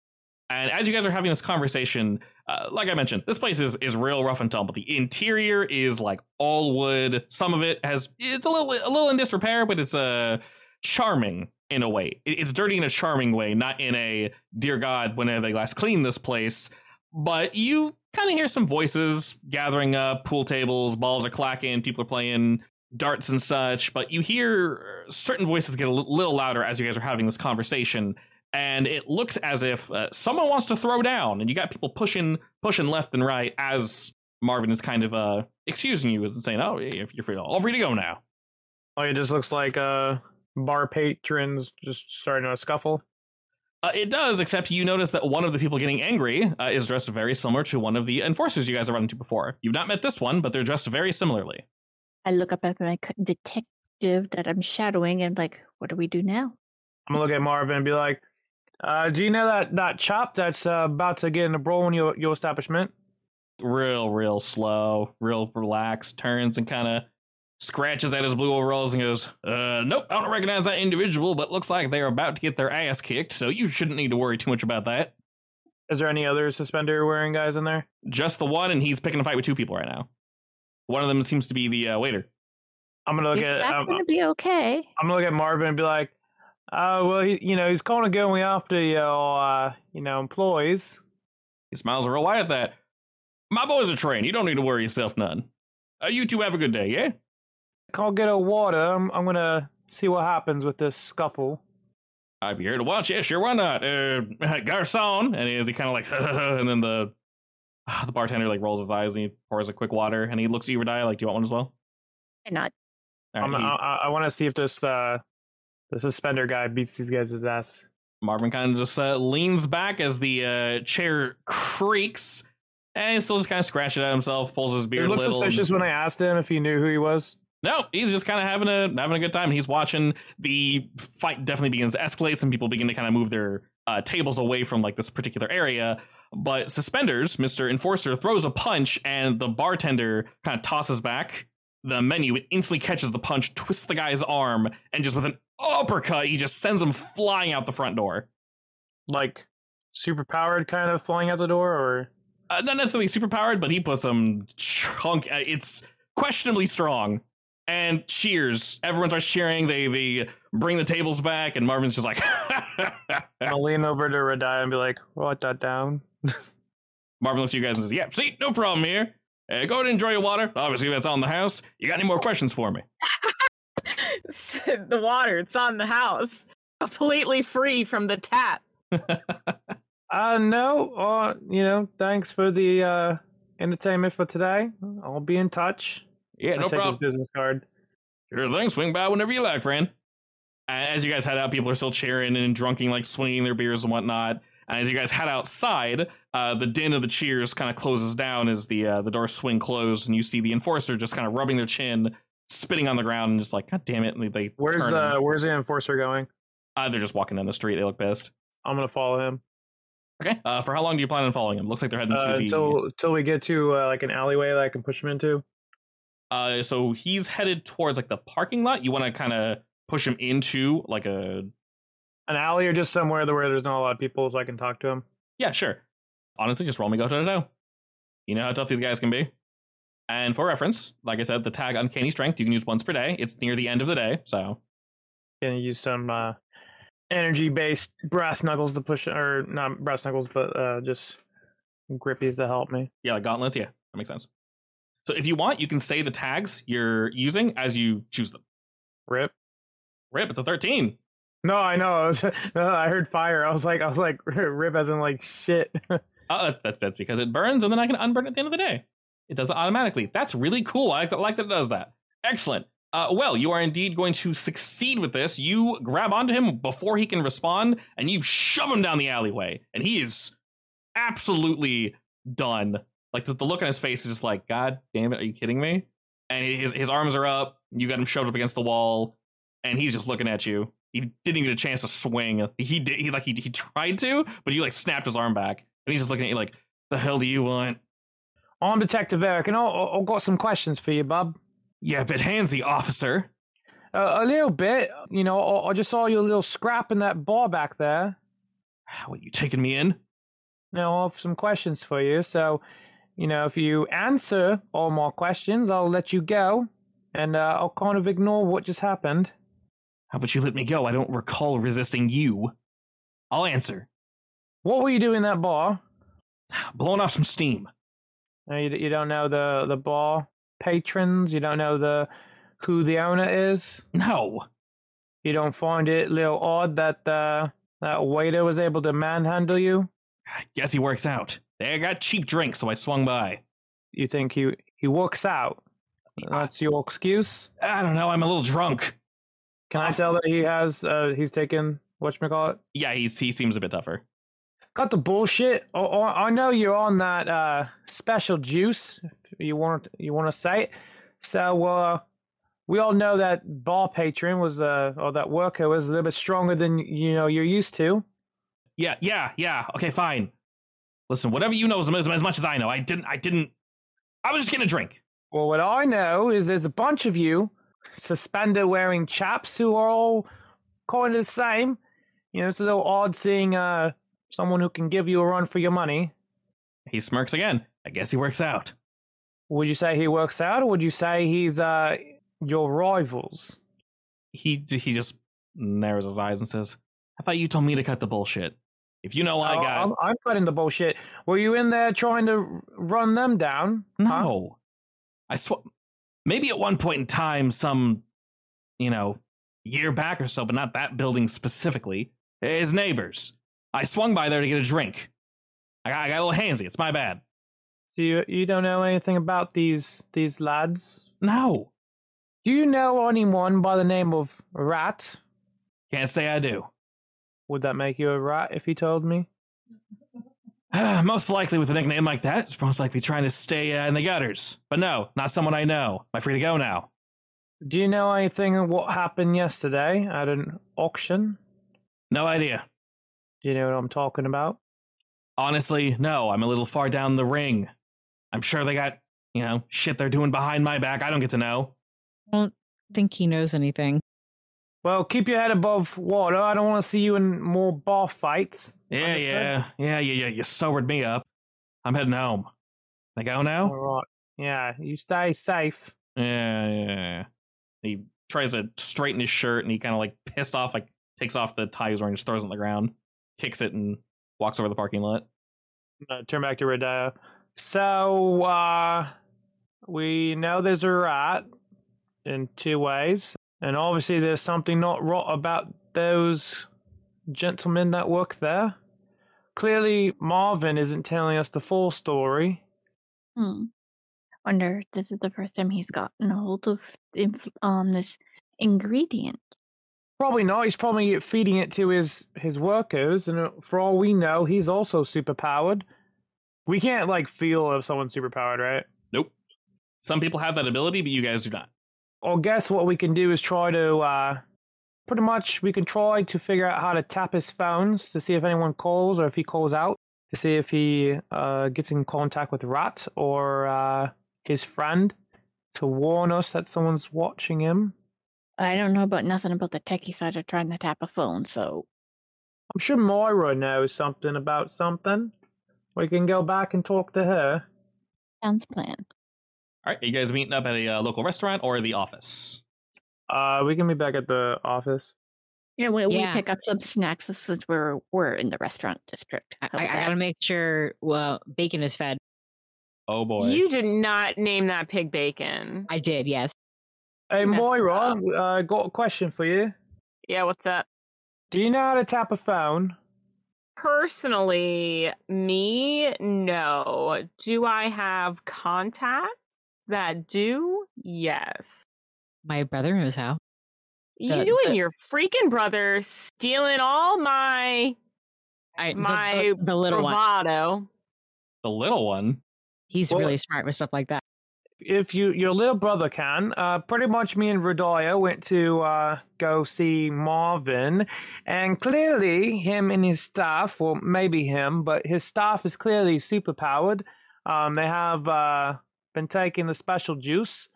S1: And as you guys are having this conversation, uh, like I mentioned, this place is is real rough and tumble. The interior is like all wood. Some of it has it's a little a little in disrepair, but it's uh, charming in a way. It- It's dirty in a charming way, not in a dear God when have they last cleaned this place. But you kind of hear some voices gathering up, pool tables, balls are clacking, people are playing darts and such. But you hear certain voices get a li- little louder as you guys are having this conversation and it looks as if uh, someone wants to throw down, and you got people pushing, pushing left and right as Marvin is kind of uh, excusing you and saying, "Oh, if you're free, all free to go now."
S3: Oh, it just looks like uh bar patrons just starting a scuffle.
S1: Uh, it does, except you notice that one of the people getting angry uh, is dressed very similar to one of the enforcers you guys have run into before. You've not met this one, but they're dressed very similarly.
S5: I look up at my c- detective that I'm shadowing and like, what do we do now?
S3: I'm gonna look at Marvin and be like, uh, "Do you know that that chap that's uh, about to get in a brawl in your your establishment?"
S1: Real, real slow, real relaxed, turns and kind of scratches at his blue overalls and goes, uh, nope, I don't recognize that individual, but looks like they're about to get their ass kicked, so you shouldn't need to worry too much about that.
S3: Is there any other suspender wearing guys in there?
S1: just the one, and he's picking a fight with two people right now. One of them seems to be the uh, waiter.
S3: I'm gonna look
S5: Is
S3: at
S5: that
S3: I'm,
S5: gonna be okay?
S3: I'm gonna look at Marvin and be like, "Uh, well, he, you know, he's kind of going after your uh, you know employees."
S1: He smiles real wide at that. My boys are trained. You don't need to worry yourself none. Uh, you two have a good day, yeah?
S3: Can't get a water. I'm, I'm gonna see what happens with this scuffle.
S1: I'd be here to watch. Yeah, sure, why not? Uh, garçon. And is he kind of like, and then the the bartender like rolls his eyes and he pours a quick water and he looks at you, Radiah, like, do you want one as well?
S5: Why not?
S1: All
S3: I'm,
S1: right, he-
S3: I, I want to see if this uh, the suspender guy beats these guys' ass.
S1: Marvin kind of just uh, leans back as the uh, chair creaks and he's still just kind of scratching at himself, pulls his beard
S3: It
S1: a
S3: looked
S1: little. and-
S3: suspicious when I asked him if he knew who he was.
S1: No, he's just kind of having a having a good time. He's watching the fight definitely begins to escalate. Some people begin to kind of move their uh, tables away from like this particular area. But suspenders, Mister Enforcer throws a punch, and the bartender kind of tosses back the menu. It instantly catches the punch, twists the guy's arm, and just with an uppercut, he just sends him flying out the front door.
S3: Like super powered, kind of flying out the door, or
S1: uh, not necessarily superpowered, but he put some chunk. Uh, it's questionably strong. And cheers! Everyone starts cheering. They they bring the tables back, and Marvin's just like,
S3: I'll lean over to Radia and be like, "Write that down."
S1: Marvin looks at you guys and says, "Yeah, see, no problem here. Uh, go ahead and enjoy your water. Obviously, that's on the house. You got any more questions for me?"
S2: Said the water, it's on the house. Completely free from the tap.
S3: Uh, no, uh, you know, thanks for the uh entertainment for today. I'll be in touch.
S1: Yeah,
S3: I'll
S1: no
S3: take
S1: problem.
S3: his business card.
S1: Sure thing. Swing by whenever you like, friend. And as you guys head out, people are still cheering and drunking, like swinging their beers and whatnot. And as you guys head outside, uh, the din of the cheers kind of closes down as the uh, the doors swing closed, and you see the enforcer just kind of rubbing their chin, spitting on the ground, and just like, God damn it! And they
S3: Where's
S1: turn
S3: uh,
S1: and-
S3: where's the enforcer going?
S1: uh, they're just walking down the street. They look pissed.
S3: I'm gonna follow him
S1: Okay. Uh, for how long do you plan on following them? Looks like they're heading
S3: uh,
S1: to the.
S3: until until we get to uh, like an alleyway that I can push him into.
S1: Uh, so he's headed towards like the parking lot. You want to kind of push him into like a
S3: An alley or just somewhere where there's not a lot of people, so I can talk to him.
S1: Yeah, sure. Honestly, just roll me go to toe. You know how tough these guys can be. And for reference, like I said, the tag Uncanny Strength you can use once per day. It's near the end of the day, so
S3: Gonna use some uh, energy based brass knuckles to push, or not brass knuckles, but uh, just grippies to help me.
S1: yeah, like gauntlets. Yeah, that makes sense. So if you want, you can say the tags you're using as you choose them.
S3: Rip.
S1: Rip, it's a thirteen.
S3: No, I know. I, was, I heard fire. I was like, I was like, rip as in like shit.
S1: Uh, that, that's because it burns, and then I can unburn at the end of the day. It does that automatically. That's really cool. I like that, like that it does that. Excellent. Uh, well, you are indeed going to succeed with this. You grab onto him before he can respond, and you shove him down the alleyway. And he is absolutely done. Like the, the look on his face is just like, God damn it, are you kidding me? And his his arms are up. You got him shoved up against the wall, and he's just looking at you. He didn't even get a chance to swing. He did. He like he, he tried to, but you like snapped his arm back, and he's just looking at you like, "The hell do you want?"
S3: I'm Detective Eric, and I- I- I've got some questions for you, bub.
S1: Yeah, but handsy, officer.
S3: Uh, a little bit, you know. I, I just saw your little scrap in that bar back there.
S1: "Ah, What you taking me in?
S3: Now I have some questions for you. So, you know, if you answer all my questions, I'll let you go, and uh, I'll kind of ignore what just happened.
S1: How about you let me go? I don't recall resisting you. I'll answer.
S3: What were you doing in that bar?
S1: Blowing off some steam.
S3: No, you, you don't know the the bar patrons. You don't know the who the owner is.
S1: No,
S3: You don't find it a little odd that uh, that waiter was able to manhandle you.
S1: I guess he works out. They got cheap drinks, so I swung by.
S3: You think he he walks out? That's your excuse.
S1: I don't know. I'm a little drunk.
S3: Can I tell that he has uh, he's taken whatchamacallit?
S1: Yeah, he's he seems a bit tougher.
S3: Cut the bullshit. I, I, I know you're on that uh, special juice. If you want you want to say it. So uh, we all know that bar patron was uh, or that worker was a little bit stronger than you know you're used to.
S1: Yeah, yeah, yeah. Okay, fine. Listen, whatever you know is as, as much as I know. I didn't. I didn't. I was just getting a drink.
S3: Well, what I know is there's a bunch of you suspender wearing chaps who are all kind of the same. You know, it's a little odd seeing uh, someone who can give you a run for your money.
S1: He smirks again. I guess he works out.
S3: Would you say he works out, or would you say he's uh, your rivals?
S1: He he just narrows his eyes and says, "I thought you told me to cut the bullshit. If you know what I
S3: Oh,
S1: got,
S3: I'm, I'm cutting the bullshit. Were you in there trying to r- run them down? huh?
S1: no. I swear. Maybe at one point in time, some, you know, year back or so, but not that building specifically. His neighbors. I swung by there to get a drink. I got, I got a little handsy. It's my bad.
S3: So you you don't know anything about these these lads?
S1: No,
S3: Do you know anyone by the name of Rat?
S1: can't say I do."
S3: Would that make you a rat if you told me?
S1: most likely with a nickname like that, it's most likely trying to stay uh, in the gutters. But no, not someone I know. Am I free to go now?
S3: Do you know anything of what happened yesterday at an auction?
S1: No idea.
S3: Do you know what I'm talking about?
S1: Honestly, no, I'm a little far down the ring. I'm sure they got, you know, shit they're doing behind my back. I don't get to know.
S4: think he knows anything.
S3: Well, keep your head above water. I don't want to see you in more bar fights.
S1: Yeah,
S3: Understood?
S1: yeah, yeah, yeah, yeah. You sobered me up. I'm heading home. Can I go
S3: All
S1: now?
S3: right. Yeah, you stay safe.
S1: Yeah, yeah, yeah. He tries to straighten his shirt and he kind of like pissed off, like takes off the tie he's wearing, just throws it on the ground, kicks it, and walks over the parking lot.
S3: Uh, turn back to Radia. So, uh, we know there's a right in two ways. And obviously, there's something not right about those gentlemen that work there. Clearly, Marvin isn't telling us the full story.
S5: Hmm. Wonder if this is the first time he's gotten a hold of inf- um this ingredient.
S3: Probably not. He's probably feeding it to his his workers, and uh, for all we know, he's also superpowered. We can't like feel if someone's superpowered, right?
S1: Nope. Some people have that ability, but you guys do not.
S3: or guess what we can do is try to uh pretty much we can try to figure out how to tap his phones to see if anyone calls or if he calls out to see if he uh gets in contact with rat or uh his friend to warn us that someone's watching him
S5: I don't know about nothing about the techie side of trying to tap a phone, so
S3: i'm sure moira knows something about something we can go back and talk to her
S5: sounds plan.
S1: All right, are you guys meeting up at a uh, local restaurant or the office?
S3: uh we can be back at the office
S5: Yeah, we,
S4: Yeah.
S5: we pick up some snacks since we're we're in the restaurant district.
S4: I,
S5: How
S4: I
S5: about that?
S4: gotta make sure well bacon is fed.
S1: Oh boy.
S2: You did not name that pig bacon.
S4: I did, yes.
S3: hey
S2: Messed
S3: moira
S2: up.
S3: uh, got a question for you
S2: Yeah, what's up?
S3: do you know how to tap a phone
S2: Personally, me, no. Do I have contacts that do? Yes.
S4: My brother knows how. The-
S2: you
S4: the-
S2: and your freaking brother stealing all my
S4: I, the- the-
S2: My
S4: the, little one.
S2: bravado.
S1: the little one.
S4: He's
S3: Well-
S4: really smart with stuff like that.
S3: if you your little brother can, uh, pretty much me and Rodaya went to uh, go see Marvin, and clearly him and his staff, well maybe him, but his staff is clearly superpowered. Um, they have uh, been taking the special juice,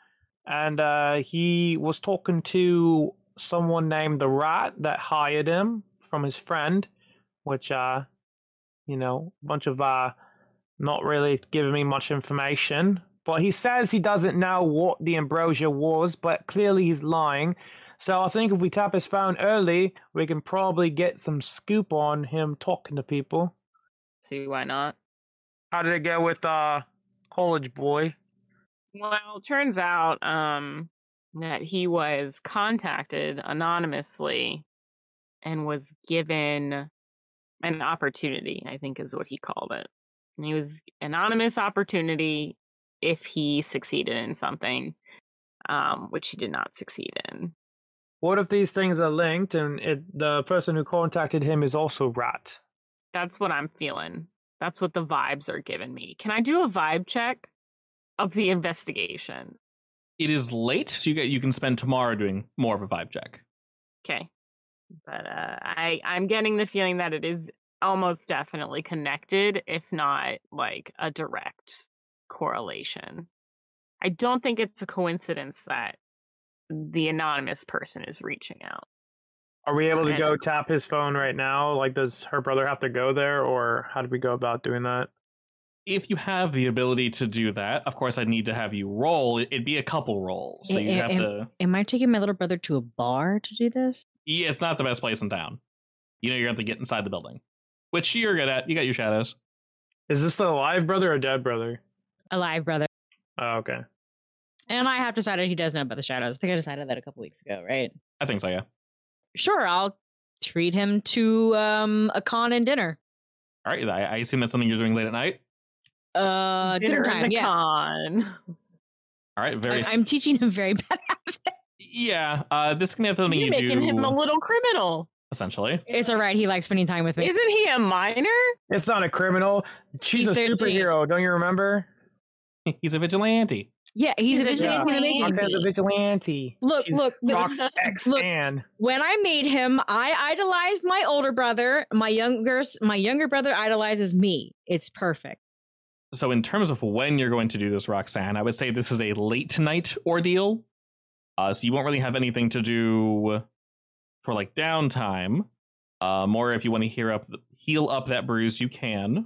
S3: and uh, he was talking to someone named the Rat that hired him from his friend, which uh, you know, bunch of uh, not really giving me much information. But he says he doesn't know what the ambrosia was, but clearly he's lying. So I think if we tap his phone early, we can probably get some scoop on him talking to people.
S2: See why not?
S3: How did it go with uh college boy?
S2: Well, turns out um that he was contacted anonymously and was given an opportunity, I think is what he called it. And he was anonymous opportunity if he succeeded in something, um, which he did not succeed in.
S3: What if these things are linked and it, the person who contacted him is also Rat?
S2: That's what I'm feeling. That's what the vibes are giving me. Can I do a vibe check of the investigation?
S1: It is late, so you get you can spend tomorrow doing more of a vibe check.
S2: Okay. But uh, I I'm getting the feeling that it is almost definitely connected, if not like a direct correlation. I don't think it's a coincidence that the anonymous person is reaching out.
S3: Are we able to
S2: Okay.
S3: go tap his phone right now? Like, does her brother have to go there, or how do we go about doing that?
S1: If you have the ability to do that, of course, I'd need to have you roll. It'd be a couple rolls, so
S4: Eh,
S1: you
S4: eh,
S1: have
S4: eh.
S1: to.
S4: Am I taking my little brother to a bar to do this?
S1: Yeah, it's not the best place in town. You know, you're going to have to get inside the building, which you're good at. You got your shadows.
S3: Is this the live brother or dead brother?
S4: A live brother.
S3: Oh, okay.
S4: And I have decided he does know about the shadows. I think I decided that a couple weeks ago, right?
S1: I think so. Yeah.
S4: Sure, I'll treat him to um a con and dinner.
S1: All right. I, I assume that's something you're doing late at night.
S4: Uh dinner,
S2: Dinner in
S4: time,
S2: the
S4: yeah.
S2: con.
S1: All right. Very.
S4: I-
S1: s-
S4: I'm teaching him very bad habits.
S1: yeah. Uh, this can be something
S2: You're
S1: you
S2: making
S1: do.
S2: him a little criminal.
S1: essentially.
S4: It's all right. He likes spending time with me.
S2: Isn't he a minor?
S3: It's not a criminal. She's
S4: He's
S3: a
S4: 13.
S3: superhero. Don't you remember?
S1: He's a vigilante.
S4: yeah, he's a
S2: He's a
S4: vigilante in the
S2: vigilante.
S4: making.
S3: Roxanne's a vigilante.
S4: Look,
S3: She's
S4: look, look,
S3: Rox X
S4: look.
S3: Ann.
S4: when I made him, I idolized my older brother. My younger, s- my younger brother idolizes me. It's perfect.
S1: So, in terms of when you're going to do this, Roxanne, I would say this is a late night ordeal. Uh, so you won't really have anything to do for like downtime. Uh, Um, or if you want to heal up, heal up that bruise, you can.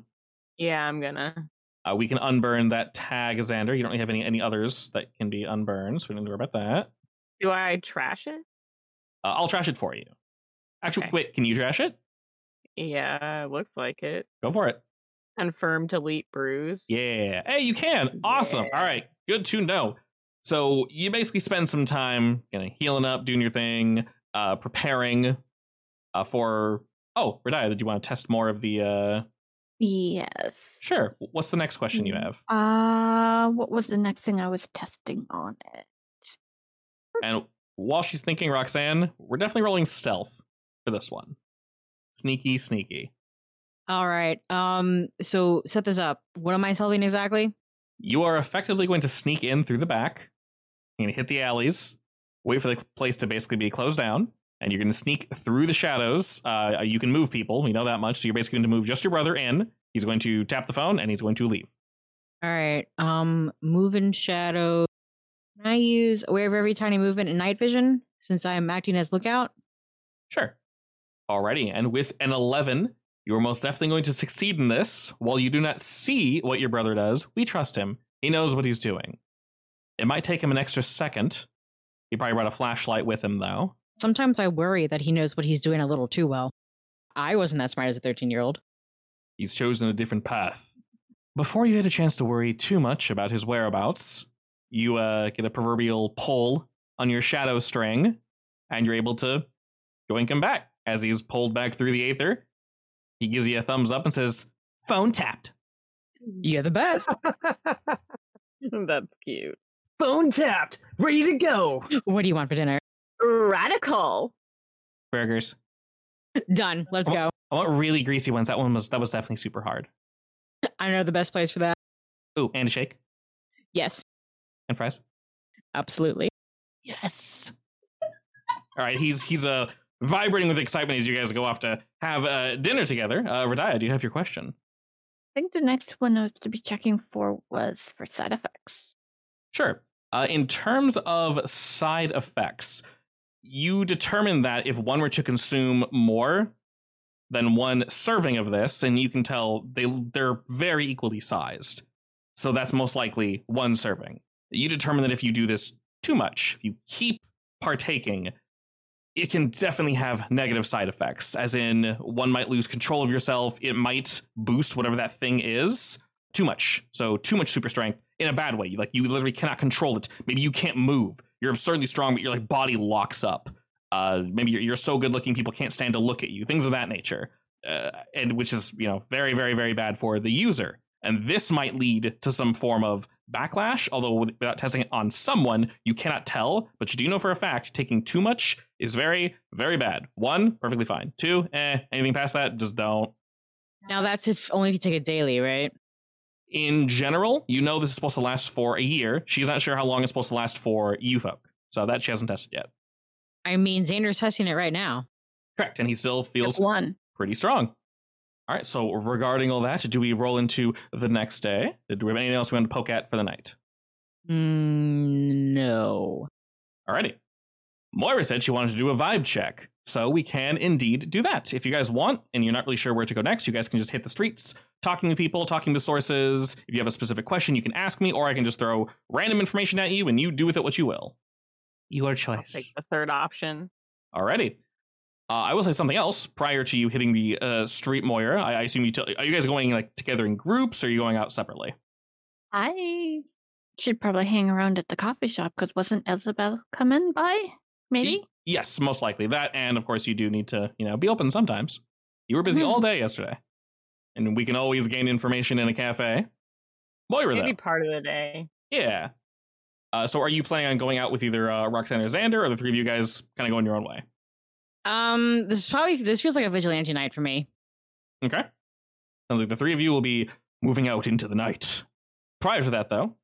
S2: Yeah, I'm gonna.
S1: Uh, we can unburn that tag, Xander. You don't really have any any others that can be unburned, so we don't need to worry about that.
S2: Do I trash it?
S1: Uh, I'll trash it for you. Actually,
S2: Okay.
S1: wait, can you trash it?
S2: Yeah, it looks like it.
S1: Go for it.
S2: Confirm delete bruise.
S1: Yeah. Hey, you can. Awesome.
S2: Yeah.
S1: All right. Good to know. So you basically spend some time you know, healing up, doing your thing, uh, preparing uh, for. Oh, Radia, did you want to test more of the? Uh...
S5: Yes.
S1: Sure. What's the next question you have?
S5: Uh, what was the next thing I was testing on it?
S1: And while she's thinking, Roxanne, we're definitely rolling stealth for this one. Sneaky, sneaky.
S4: All right. Um. So set this up. What am I solving exactly?
S1: You are effectively going to sneak in through the back. You're going to hit the alleys, wait for the place to basically be closed down, and you're going to sneak through the shadows. Uh, you can move people, we know that much. So you're basically going to move just your brother in. He's going to tap the phone and he's going to leave.
S4: All right. Um. Moving shadow. Can I use aware of every tiny movement and night vision since I am acting as lookout?
S1: Sure. Alrighty, and with an 11, you are most definitely going to succeed in this. While you do not see what your brother does, we trust him. He knows what he's doing. It might take him an extra second. He probably brought a flashlight with him, though.
S4: Sometimes I worry that he knows what he's doing a little too well. I wasn't that smart as a 13 year old.
S1: He's chosen a different path. Before you had a chance to worry too much about his whereabouts, you uh, get a proverbial pull on your shadow string, and you're able to yoink him back. As he's pulled back through the aether, he gives you a thumbs up and says, Phone tapped.
S4: You're the best.
S2: That's cute.
S3: Phone tapped, ready to go.
S4: what do you want for dinner?
S2: Radical.
S1: Burgers.
S4: Done. Let's go.
S1: I want really greasy ones. That one was that was definitely super hard.
S4: I know the best place for that.
S1: Ooh, and a shake
S4: Yes.
S1: and fries.
S4: Absolutely.
S1: Yes. All right, he's he's uh vibrating with excitement as you guys go off to have uh, dinner together. Uh, Radia, do you have your question?
S5: I think the next one I was to be checking for was for side effects.
S1: Sure. Uh, in terms of side effects, you determine that if one were to consume more than one serving of this, and you can tell they they're very equally sized, so that's most likely one serving. You determine that if you do this too much, if you keep partaking, it can definitely have negative side effects. As in, one might lose control of yourself. It might boost whatever that thing is too much. So too much super strength in a bad way. Like you literally cannot control it. Maybe you can't move. You're absurdly strong, but your like body locks up. Uh, maybe you're, you're so good looking people can't stand to look at you. Things of that nature, uh, and which is you know very very very bad for the user. And this might lead to some form of backlash. Although with- without testing it on someone, you cannot tell. But you do know for a fact taking too much is very very bad. One, perfectly fine. Two, eh, anything past that, just don't.
S4: Now that's if only if you take it daily, right?
S1: in general, you know this is supposed to last for a year. She's not sure how long it's supposed to last for you folk. So that she hasn't tested yet.
S4: I mean, Xander's testing it right now.
S1: Correct. And he still
S5: Step
S1: feels
S5: One.
S1: pretty strong. All right. So regarding all that, do we roll into the next day? Do we have anything else we want to poke at for the night?
S4: Mm, no.
S1: Alrighty. Moira said she wanted to do a vibe check. So we can indeed do that. If you guys want and you're not really sure where to go next, you guys can just hit the streets, talking to people, talking to sources. If you have a specific question, you can ask me, or I can just throw random information at you and you do with it what you will. Your
S2: I'll take the third option.
S1: Alrighty. Uh, I will say something else prior to you hitting the uh, street, Moira. I, I assume you t- are you guys going like together in groups, or are you going out separately?
S5: I should probably hang around at the coffee shop because wasn't Isabel coming by? Maybe.
S1: Y- yes, most likely that, and of course you do need to you know be open sometimes. You were busy
S5: Mhm.
S1: all day yesterday, and we can always gain information in a cafe. Moira,
S2: Maybe
S1: though,
S2: part of the day.
S1: yeah. Uh, so, are you planning on going out with either uh, Roxanne or Xander, or the three of you guys kind of going your own way?
S4: Um, this is probably this feels like a vigilante night for me.
S1: Okay. Sounds like the three of you will be moving out into the night. Prior to that, though,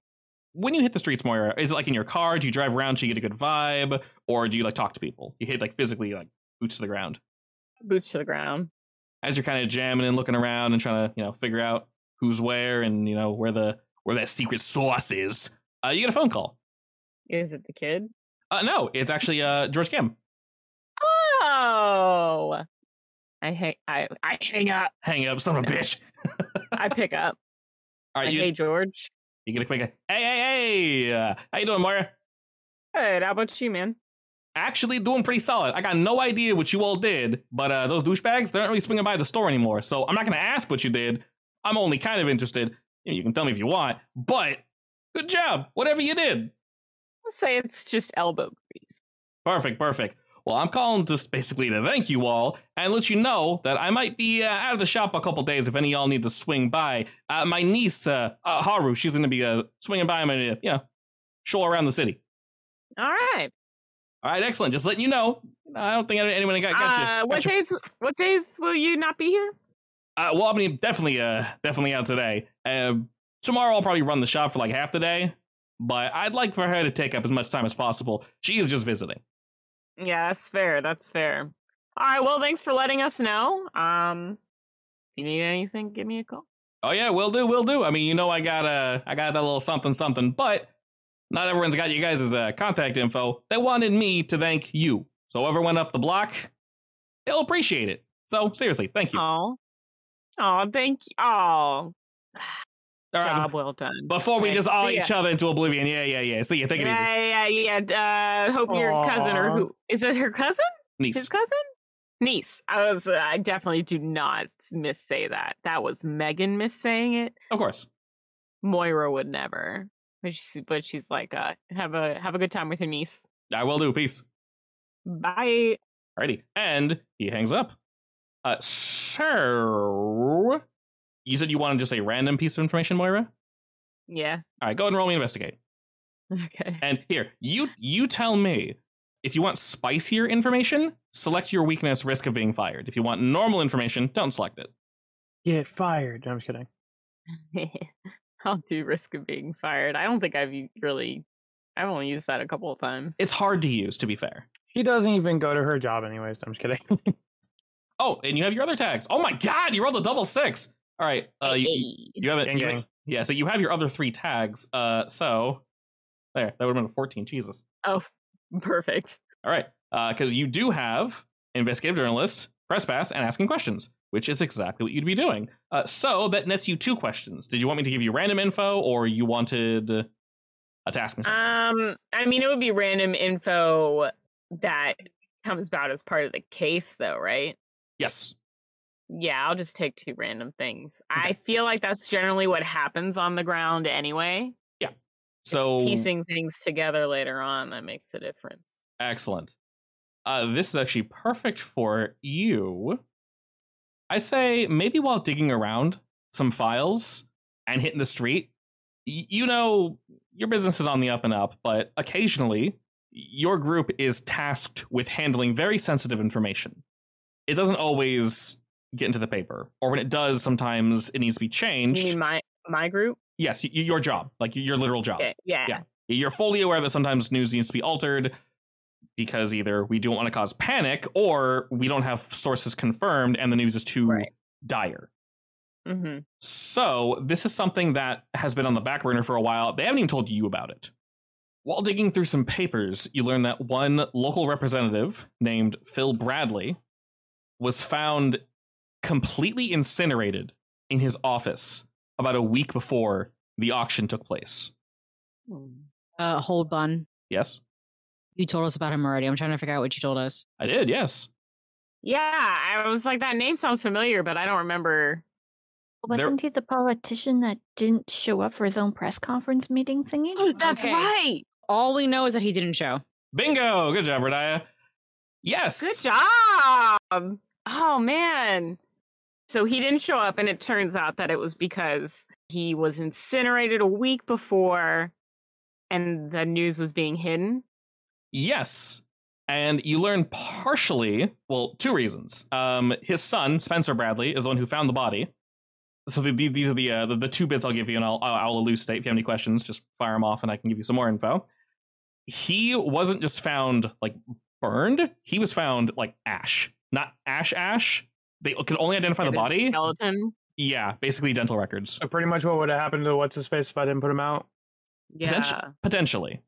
S1: when you hit the streets, Moira, is it like in your car? Do you drive around so you get a good vibe, or do you like talk to people? You hit like physically, like boots to the ground
S2: Boots to the ground.
S1: as you're kind of jamming and looking around and trying to you know figure out who's where and you know where the where that secret sauce is. Uh, you get a phone call.
S2: Is it the kid?
S1: Uh, no, it's actually uh, George Kim.
S2: Oh. I hang I, I hang up.
S1: Hang up, son of a bitch.
S2: I pick up.
S1: All right,
S2: Like,
S1: you,
S2: hey, George.
S1: you get a quick. Hey, hey, hey! Uh, how you doing, Moira?
S2: Good. How about you, man?
S1: Actually, doing pretty solid. I got no idea what you all did, but uh, those douchebags they aren't really swinging by the store anymore. So I'm not going to ask what you did. I'm only kind of interested. You know, you can tell me if you want, but good job, whatever you did.
S2: Let's say it's just elbow grease.
S1: Perfect, perfect. Well, I'm calling just basically to thank you all and let you know that I might be uh, out of the shop a couple days if any of y'all need to swing by. Uh, my niece, uh, uh, Haru, she's going to be uh, swinging by. I'm going to, you know, show her around the city.
S2: All right.
S1: All right, excellent. Just letting you know. I don't think anyone got, got you.
S2: uh,
S1: got
S2: what
S1: you-
S2: days? What days will you not be here?
S1: Uh, well, I mean, definitely, uh, definitely out today. Uh, tomorrow, I'll probably run the shop for like half the day, but I'd like for her to take up as much time as possible. She is just visiting.
S2: Yeah, that's fair. That's fair. All right. Well, thanks for letting us know. Um, if you need anything, give me a call.
S1: Oh yeah, will do, will do. I mean, you know, I got uh, I got that little something, something, but not everyone's got you guys' uh, contact info. They wanted me to thank you, so whoever went up the block, they'll appreciate it. So seriously, thank you.
S2: Oh, oh, thank you. Oh,
S1: All right,
S2: job well done.
S1: before we
S2: Okay,
S1: just all
S2: see ya.
S1: each other into oblivion. Yeah, yeah, yeah. See you. Take it easy,
S2: yeah, yeah, yeah. Uh, hope your cousin or
S3: Aw.
S2: who is it? Her cousin? His
S1: niece.
S2: cousin? Niece. I was. uh, I definitely do not missay that. That was Megan missaying it.
S1: Of course.
S2: Moira would never. But she's, but she's like, uh, have a have a good time with your niece.
S1: I will do. Peace.
S2: Bye.
S1: Alrighty. And he hangs up. Uh, so you said you wanted just a random piece of information, Moira?
S2: Yeah.
S1: All right, go ahead and roll me investigate.
S2: Okay.
S1: And here, you you tell me if you want spicier information, select your weakness, risk of being fired. If you want normal information, don't select it.
S3: Get fired. No, I'm just kidding.
S2: I'll do risk of being fired. I don't think I've u- really. I've only used that a couple of times.
S1: It's hard to use, to be fair.
S3: She doesn't even go to her job anyways. I'm just kidding.
S1: Oh, and you have your other tags. Oh my god, you rolled a double six. All right, uh, you, you have it.
S3: Gang,
S1: you-
S3: gang.
S1: yeah, so you have your other three tags. Uh, so there, that would have been a fourteen. Jesus.
S2: Oh, perfect.
S1: All right, because you do have investigative journalist, press pass, and asking questions, which is exactly what you'd be doing. Uh, so that nets you two questions. Did you want me to give you random info, or you wanted uh, to ask me something?
S2: Um, I mean, it would be random info that comes about as part of the case, though, right?
S1: yes.
S2: Yeah, I'll just take two random things.
S1: Okay.
S2: I feel like that's generally what happens on the ground anyway. It's
S1: So
S2: piecing things together later on that makes a difference.
S1: excellent. Uh, this is actually perfect for you. I say maybe while digging around some files and hitting the street, y- you know your business is on the up and up, but occasionally your group is tasked with handling very sensitive information. It doesn't always get into the paper, or when it does, sometimes it needs to be
S2: You
S1: changed.
S2: mean my my group?
S1: yes, y- your job, like your literal job
S2: Okay, yeah.
S1: Oh, yeah. you're fully aware that sometimes news needs to be altered because either we don't want to cause panic or we don't have sources confirmed and the news is too
S2: Right.
S1: dire.
S2: hmm
S1: So, this is something that has been on the back burner for a while. They haven't even told you about it. While digging through some papers, you learn that one local representative named Phil Bradley was found completely incinerated in his office about a week before the auction took place.
S4: Uh, hold on.
S1: Yes,
S4: You told us about him already. I'm trying to figure out what you told us.
S1: I did. Yes.
S2: Yeah, I was like that name sounds familiar, but I don't remember.
S1: There-
S5: Wasn't he the politician that didn't show up for his own press conference meeting thingy?
S4: that's Okay.
S2: right.
S4: All we know is that he didn't show.
S1: Bingo! Good job, Rodiah. Yes.
S2: Good job. Oh man. So he didn't show up and it turns out that it was because he was incinerated a week before and the news was being hidden.
S1: Yes. And you learn partially, well, two reasons. Um, his son, Spencer Bradley, is the one who found the body. So the, the- these are the, uh, the the two bits I'll give you, and I'll, I'll I'll elucidate. If you have any questions, just fire them off, and I can give you some more info. He wasn't just found like burned; he was found like ash, not ash ash. They could only identify the
S2: It is
S1: body.
S2: Skeleton.
S1: Yeah, basically dental records.
S3: So pretty much what would have happened to what's his face if I didn't put him out?
S2: Yeah.
S1: Potential- potentially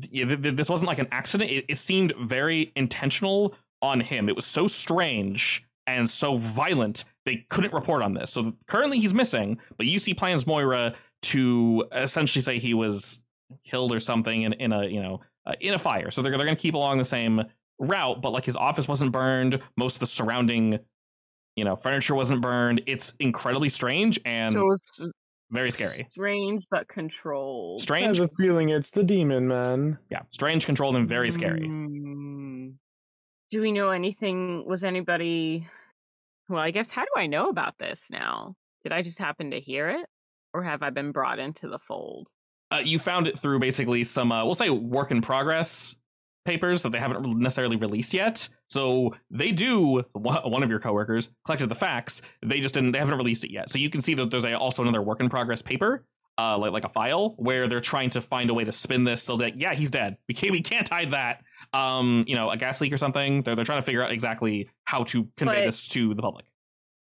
S1: Th- yeah, th- th- this wasn't like an accident it, it seemed very intentional on him it was so strange and so violent they couldn't report on this so currently he's missing but you see plans moira to essentially say he was killed or something in, in a you know uh, in a fire. So they're they're going to keep along the same route, but like his office wasn't burned, most of the surrounding you know furniture wasn't burned. It's incredibly strange and
S2: so it's
S1: very scary.
S2: strange but controlled.
S3: I
S1: Strange,
S3: have a feeling it's the demon man.
S1: yeah, strange, controlled, and very scary.
S2: Mm. Do we know anything? Was anybody? Well, I guess how do I know about this now? Did I just happen to hear it, or have I been brought into the fold?
S1: Uh, you found it through basically some uh, we'll say work in progress papers that they haven't necessarily released yet. So they do one one of your coworkers collected the facts. They just didn't they haven't released it yet. So you can see that there's a, also another work in progress paper. Uh, like like a file where they're trying to find a way to spin this so that yeah he's dead we can't we can't hide that um you know a gas leak or something they're they're trying to figure out exactly how to convey
S2: But-
S1: this to the public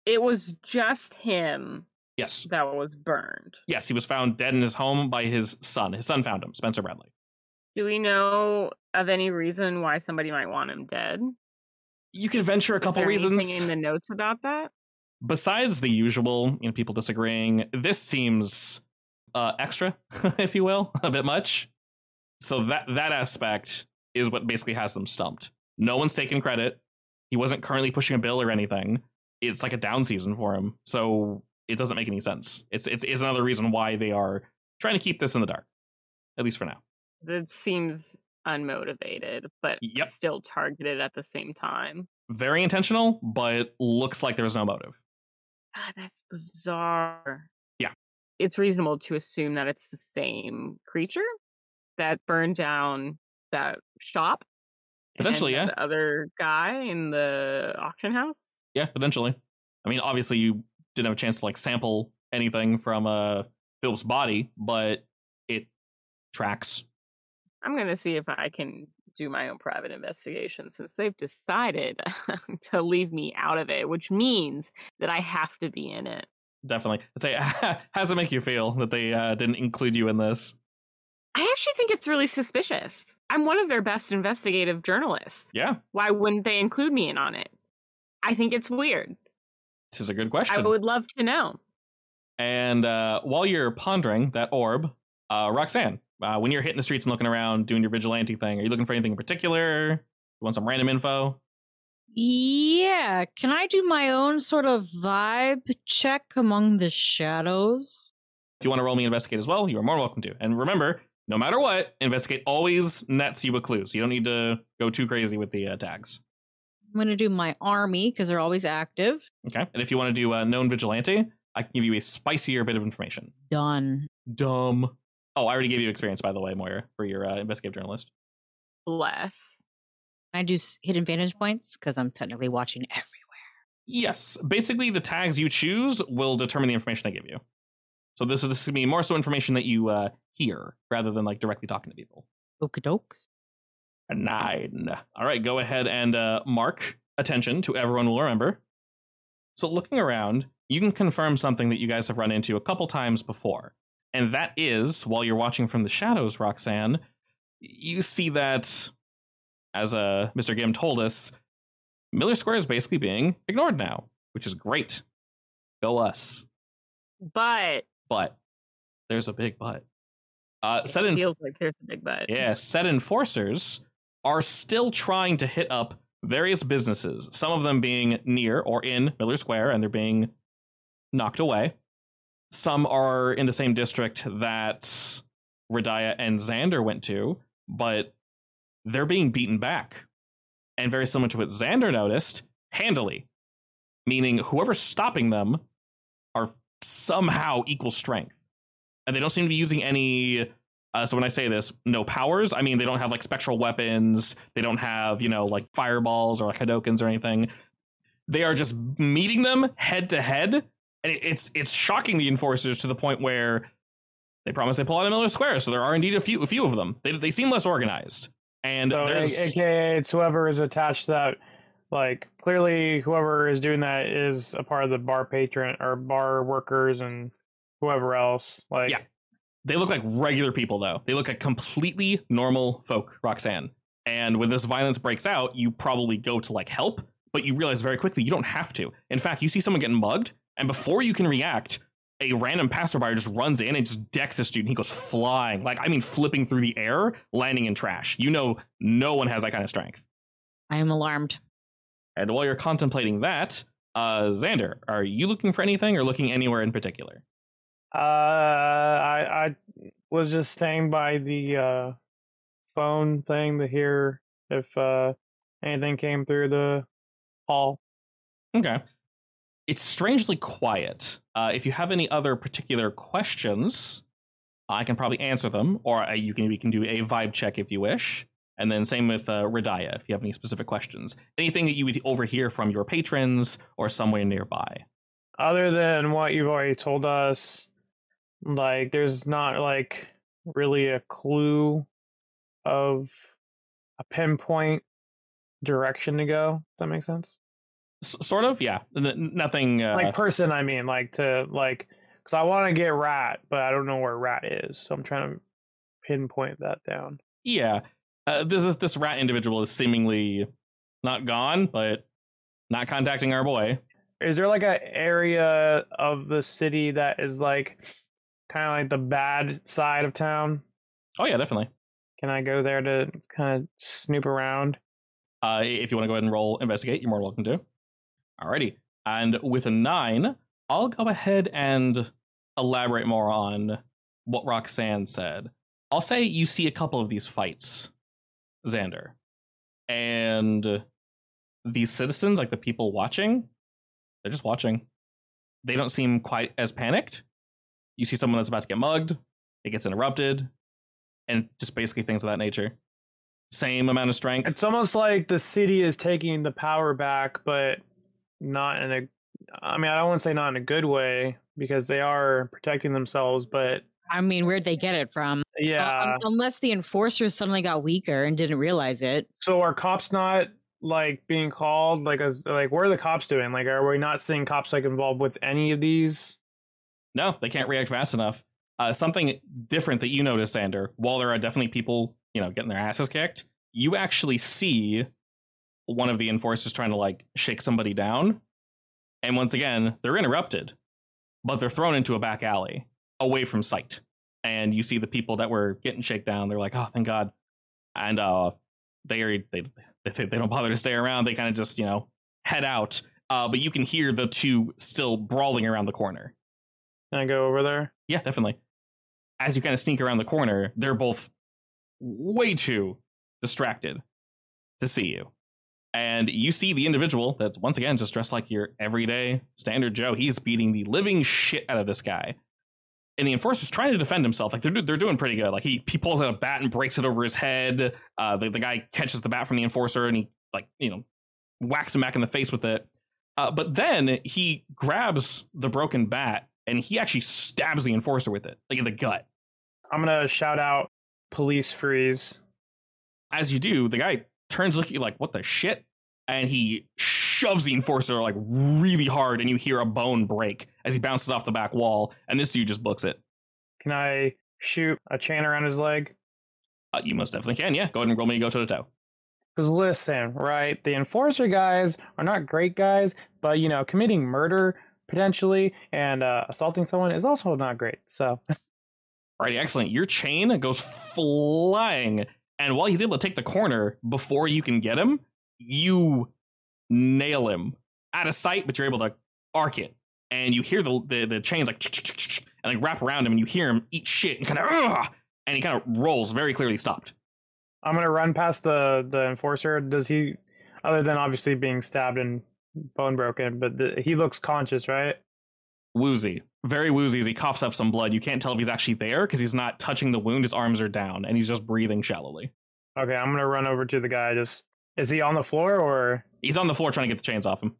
S2: It was just him
S1: yes
S2: that was burned.
S1: yes he was found dead in his home by his son his son found him Spencer Bradley
S2: Do we know of any reason why somebody might want him dead?
S1: you can venture a
S2: Is
S1: couple
S2: there anything
S1: reasons
S2: in the notes about that.
S1: besides the usual, you know, people disagreeing, this seems uh, extra, if you will, a bit much. So that that aspect is what basically has them stumped. No one's taken credit. He wasn't currently pushing a bill or anything. It's like a down season for him, so it doesn't make any sense. It's it's, it's another reason why they are trying to keep this in the dark, at least for now.
S2: It seems unmotivated, but
S1: Yep.
S2: still targeted at the same time.
S1: Very intentional, but looks like there's no motive.
S2: God, Ah, that's bizarre.
S1: Yeah.
S2: It's reasonable to assume that it's the same creature that burned down that shop. and
S1: Potentially, yeah.
S2: The other guy in the auction house.
S1: Yeah, potentially. I mean, obviously, you didn't have a chance to like sample anything from uh Philip's body, but it tracks.
S2: I'm going to see if I can do my own private investigation since they've decided to leave me out of it, which means that I have to be in it.
S1: Definitely. I'd Say, how's it make you feel that they uh, didn't include you in this?
S2: I actually think it's really suspicious. I'm one of their best investigative journalists.
S1: Yeah,
S2: Why wouldn't they include me in on it? I think it's weird.
S1: this is a good question.
S2: I would love to know.
S1: And uh, while you're pondering that orb, uh, Roxanne, uh, when you're hitting the streets and looking around, doing your vigilante thing, are you looking for anything in particular? You want some random info?
S4: Yeah, can I do my own sort of vibe check among the shadows?
S1: If you want to roll me investigate as well, you are more welcome to. And remember, no matter what, investigate always nets you with clues. You don't need to go too crazy with the uh, tags.
S4: I'm gonna do my army because they're always active.
S1: Okay. And if you want to do uh, known vigilante, I can give you a spicier bit of information.
S4: Done.
S1: Dumb. Oh, I already gave you experience, by the way, Moira, for your uh, investigative journalist.
S2: Bless.
S4: I do s- hidden vantage points because I'm technically watching everywhere.
S1: Yes. Basically, the tags you choose will determine the information I give you. So this is this is gonna be more so information that you uh, hear rather than like directly talking to people.
S4: Okadokes.
S1: A nine. All right, go ahead and uh, mark attention to everyone will remember. So, looking around, you can confirm something that you guys have run into a couple times before. And that is, while you're watching from the shadows, Roxanne, you see that, as uh, Mr. Gim told us, Miller Square is basically being ignored now, which is great. Go us.
S2: But
S1: But there's a big but. Uh, set
S2: it
S1: in
S2: feels like there's a big but.
S1: yeah, set enforcers are still trying to hit up various businesses, some of them being near or in Miller Square, and they're being knocked away. Some are in the same district that Radia and Xander went to, but they're being beaten back. And very similar to what Xander noticed, handily, meaning whoever's stopping them are somehow equal strength. And they don't seem to be using any uh, so when I say this, no powers, I mean they don't have like spectral weapons. They don't have you know like fireballs or like hadokens or anything. They are just meeting them head to head, and it, it's it's shocking the enforcers to the point where they promise they pull out a Miller Square. So there are indeed a few a few of them. They they seem less organized, and
S3: So, e-, a-
S1: there's
S3: AKA, it's whoever is attached to that. Like, clearly, whoever is doing that is a part of the bar patron or bar workers and whoever else. Like,
S1: Yeah. They look like regular people, though. They look like completely normal folk, Roxanne. And when this violence breaks out, you probably go to like help, but you realize very quickly you don't have to. In fact, you see someone getting mugged, and before you can react, a random passerby just runs in and just decks this dude and he goes flying. Like, I mean, flipping through the air, landing in trash. You know, no one has that kind of strength.
S4: I am alarmed.
S1: And while you're contemplating that, uh, Xander, are you looking for anything or looking anywhere in particular?
S3: Uh, I I was just staying by the uh, phone thing to hear if uh, anything came through the hall.
S1: Okay. It's strangely quiet. Uh, if you have any other particular questions, I can probably answer them, or uh, you can we can do a vibe check if you wish. And then same with uh, Radaya, if you have any specific questions, anything that you would overhear from your patrons or somewhere nearby.
S3: Other than what you've already told us, like there's not like really a clue of a pinpoint direction to go. If that makes sense.
S1: S- sort of, yeah. N- n- nothing. Uh,
S3: like person i mean like to like because i want to get rat but i don't know where rat is so i'm trying to pinpoint that down
S1: yeah. Uh, this is this rat individual is seemingly not gone, but not contacting our boy.
S3: is there like an area of the city that is like kind of like the bad side of town
S1: Oh yeah, definitely.
S3: can i go there to kind of snoop around
S1: Uh, if you want to go ahead and roll investigate, you're more than welcome to. Alrighty. And with a nine, I'll go ahead and elaborate more on what Roxanne said. I'll say you see a couple of these fights, Xander. And these citizens, like the people watching, they're just watching. They don't seem quite as panicked. You see someone that's about to get mugged, it gets interrupted, and just basically things of that nature. Same amount of strength.
S3: it's almost like the city is taking the power back but not in a i mean i don't want to say not in a good way because they are protecting themselves but
S4: I mean, where'd they get it from? Uh,
S3: yeah
S4: un- unless the enforcers suddenly got weaker and didn't realize it.
S3: So are cops not like being called? Like, as like what are the cops doing? Like, are we not seeing cops like involved with any of these?
S1: No, they can't react fast enough. Uh, something different that you notice, Sander, while there are definitely people, you know, getting their asses kicked, you actually see one of the enforcers trying to like shake somebody down. And once again, they're interrupted, but they're thrown into a back alley away from sight. And you see the people that were getting shaked down. They're like, oh, thank God. And uh, they are, they, they, they don't bother to stay around. They kind of just, you know, head out. Uh, but you can hear the two still brawling around the corner.
S3: Can I go over there?
S1: Yeah, definitely. As you kind of sneak around the corner, they're both way too distracted to see you. And you see the individual that's once again just dressed like your everyday standard Joe. He's beating the living shit out of this guy. And the enforcer's trying to defend himself. Like they're, do- they're doing pretty good. Like he, he pulls out a bat and breaks it over his head. Uh, the, the guy catches the bat from the enforcer and he, like, you know, whacks him back in the face with it. Uh, but then he grabs the broken bat and he actually stabs the enforcer with it, like in the gut.
S3: I'm gonna shout out police freeze.
S1: As you do, the guy turns, look at you like, what the shit? And he shoves the enforcer like really hard, and you hear a bone break as he bounces off the back wall. And this dude just books it.
S3: Can I shoot a chain around his leg?
S1: Uh, you most definitely can. Yeah, go ahead and roll me a go toe to toe.
S3: Because listen, right? The enforcer guys are not great guys, but you know, committing murder potentially and uh, assaulting someone is also not great. So
S1: Alrighty, excellent. Your chain goes flying, and while he's able to take the corner before you can get him, you nail him out of sight, but you're able to arc it, and you hear the the, the chains like and like wrap around him, and you hear him eat shit and kind of and he kind of rolls very clearly stopped.
S3: I'm gonna run past the the enforcer. Does he, other than obviously being stabbed and bone broken, but the, he looks conscious, right?
S1: Woozy, very woozy as he coughs up some blood. You can't tell if he's actually there because he's not touching the wound. His arms are down, and he's just breathing shallowly.
S3: Okay, I'm gonna run over to the guy. Just is he on the floor, or
S1: He's on the floor trying to get the chains off him.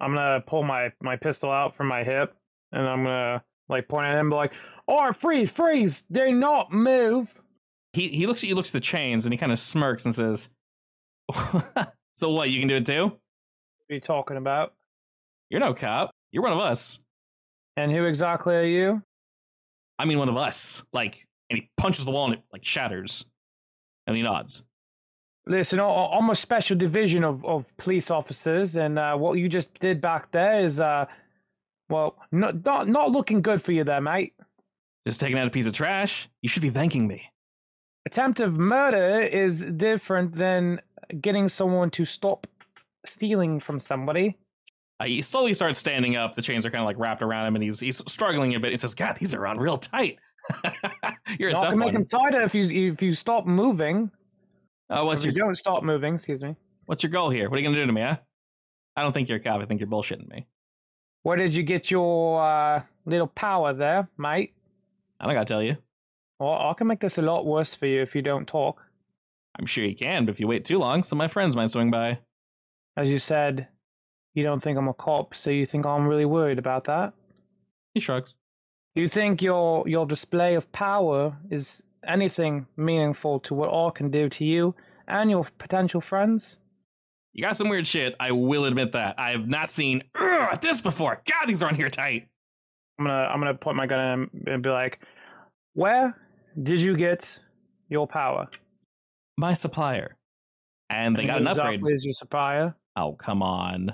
S3: I'm gonna pull my my pistol out from my hip and I'm gonna like point at him, be like, "Or freeze, freeze! Do not move."
S1: he he looks at you, looks at the chains, and he kind of smirks and says, "So what? You can do it too?
S3: What are you talking about?
S1: You're no cop. You're one of us.
S3: And who exactly are you?
S1: I mean, one of us." Like, and he punches the wall and it like shatters, and he nods.
S3: Listen, I- I'm a special division of, of police officers, and uh, what you just did back there is uh, Well, no, not not looking good for you there, mate.
S1: Just taking out a piece of trash. You should be thanking me.
S3: Attempted murder is different than getting someone to stop stealing from somebody.
S1: Uh, he slowly starts standing up. The chains are kind of like wrapped around him, and he's he's struggling a bit. He says, "God, these are on real tight." You're a
S3: Not
S1: tough
S3: can make
S1: one.
S3: them tighter if you if you stop moving.
S1: Uh, what's
S3: if you
S1: your
S3: don't stop moving, excuse me.
S1: what's your goal here? What are you gonna do to me? Huh? I don't think you're a cop. I think you're bullshitting me.
S3: Where did you get your uh, little power there, mate?
S1: I don't gotta tell you.
S3: Well, I can make this a lot worse for you if you don't talk.
S1: I'm sure you can, but if you wait too long, some of my friends might swing by.
S3: As you said, you don't think I'm a cop, so you think I'm really worried about that.
S1: He shrugs.
S3: You think your your display of power is anything meaningful to what I can do to you and your potential friends?
S1: You got some weird shit. I will admit that. I have not seen "Ugh, this before. God, these are on here tight.
S3: I'm gonna I'm gonna point my gun at him and be like, "Where did you get your power?"
S1: My supplier. And they
S3: And
S1: got an
S3: who
S1: upgrade.
S3: Exactly is your supplier?
S1: Oh, come on.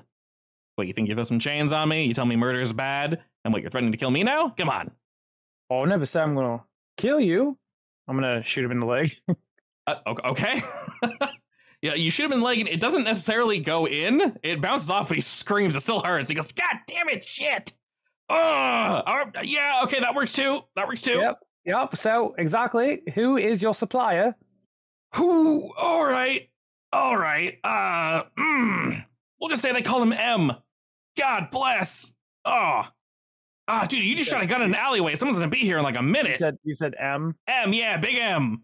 S1: What, you think you throw some chains on me? You tell me murder is bad? And what, you're threatening to kill me now? Come on.
S3: Oh, I never said I'm gonna kill you. I'm gonna shoot him in the leg.
S1: Uh, o- okay. yeah, you should have been legging. It doesn't necessarily go in. It bounces off, but he screams. It still hurts. He goes, God damn it, shit. Ugh. All right, yeah, okay, that works too. That works too.
S3: Yep. Yep. So exactly, who is your supplier?
S1: Who? All right. All right. Uh, mm. we'll just say they call him M. God bless. Oh. Ah, dude, you just shot a gun in an alleyway. Someone's gonna be here in like a
S3: You
S1: minute.
S3: said you said M.
S1: M, yeah, big M.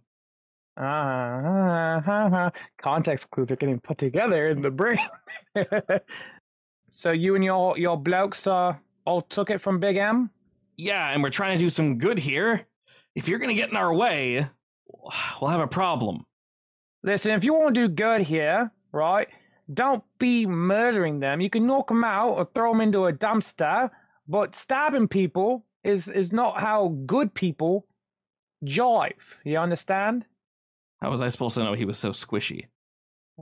S3: Ah, ah, ah. context clues are getting put together in the brain. so you and your your blokes uh, all took it from Big M.
S1: Yeah, and we're trying to do some good here. If you're gonna get in our way, we'll have a problem.
S3: Listen, if you want to do good here, right? Don't be murdering them. You can knock them out or throw them into a dumpster, but stabbing people is is not how good people jive. You understand?
S1: How was I supposed to know he was so squishy?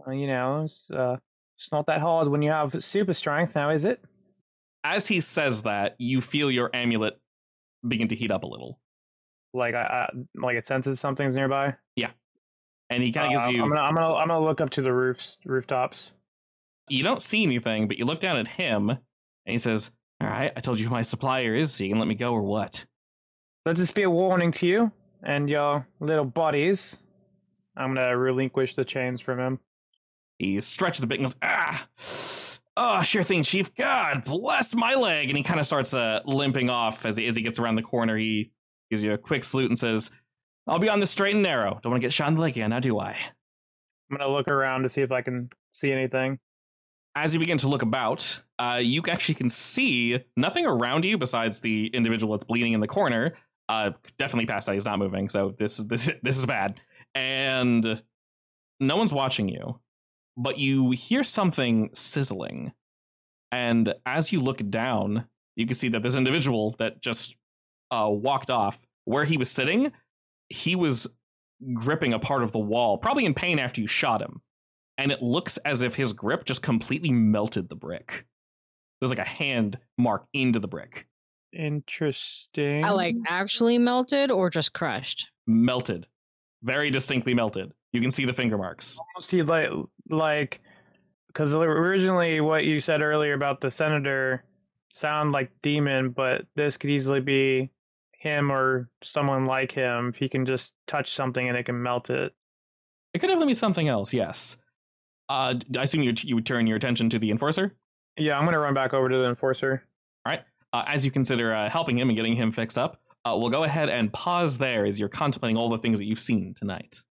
S3: Uh, You know, it's, uh, it's not that hard when you have super strength. Now, is it?
S1: As he says that, you feel your amulet begin to heat up a little,
S3: Like I, I like it senses something's nearby.
S1: and he kind of
S3: Uh,
S1: gives you.
S3: I'm gonna, I'm gonna, I'm gonna look up to the roofs, rooftops.
S1: you don't see anything, but you look down at him and he says, All right, I told you who my supplier is, so you can let me go or what?
S3: Let this be a warning to you and your little buddies. I'm gonna relinquish the chains from him.
S1: He stretches a bit and goes, Ah, oh, sure thing, Chief. God bless my leg. And he kind of starts uh, limping off as he, as he gets around the corner. He gives you a quick salute and says, I'll be on the straight and narrow. Don't want to get shot in the leg again, now do I?
S3: I'm gonna look around to see if I can see anything.
S1: as you begin to look about, uh, you actually can see nothing around you besides the individual that's bleeding in the corner. Uh, definitely past that he's not moving, so this is this this is bad. And no one's watching you, but you hear something sizzling. And as you look down, you can see that this individual that just uh, walked off, where he was sitting, he was gripping a part of the wall, probably in pain after you shot him and it looks as if his grip just completely melted the brick. There's like a hand mark into the brick,
S3: Interesting.
S4: I like actually melted or just crushed.
S1: melted, very distinctly melted. You can see the finger marks.
S3: almost he like like because originally what you said earlier about the senator sound like demon, but this could easily be him or someone like him if he can just touch something and it can melt it.
S1: It could have been something else. Yes. Uh, d- I assume you you would turn your attention to the enforcer
S3: Yeah, I'm gonna run back over to the enforcer.
S1: uh, as you consider uh, helping him and getting him fixed up. Uh, we'll go ahead and pause there as you're contemplating all the things that you've seen tonight.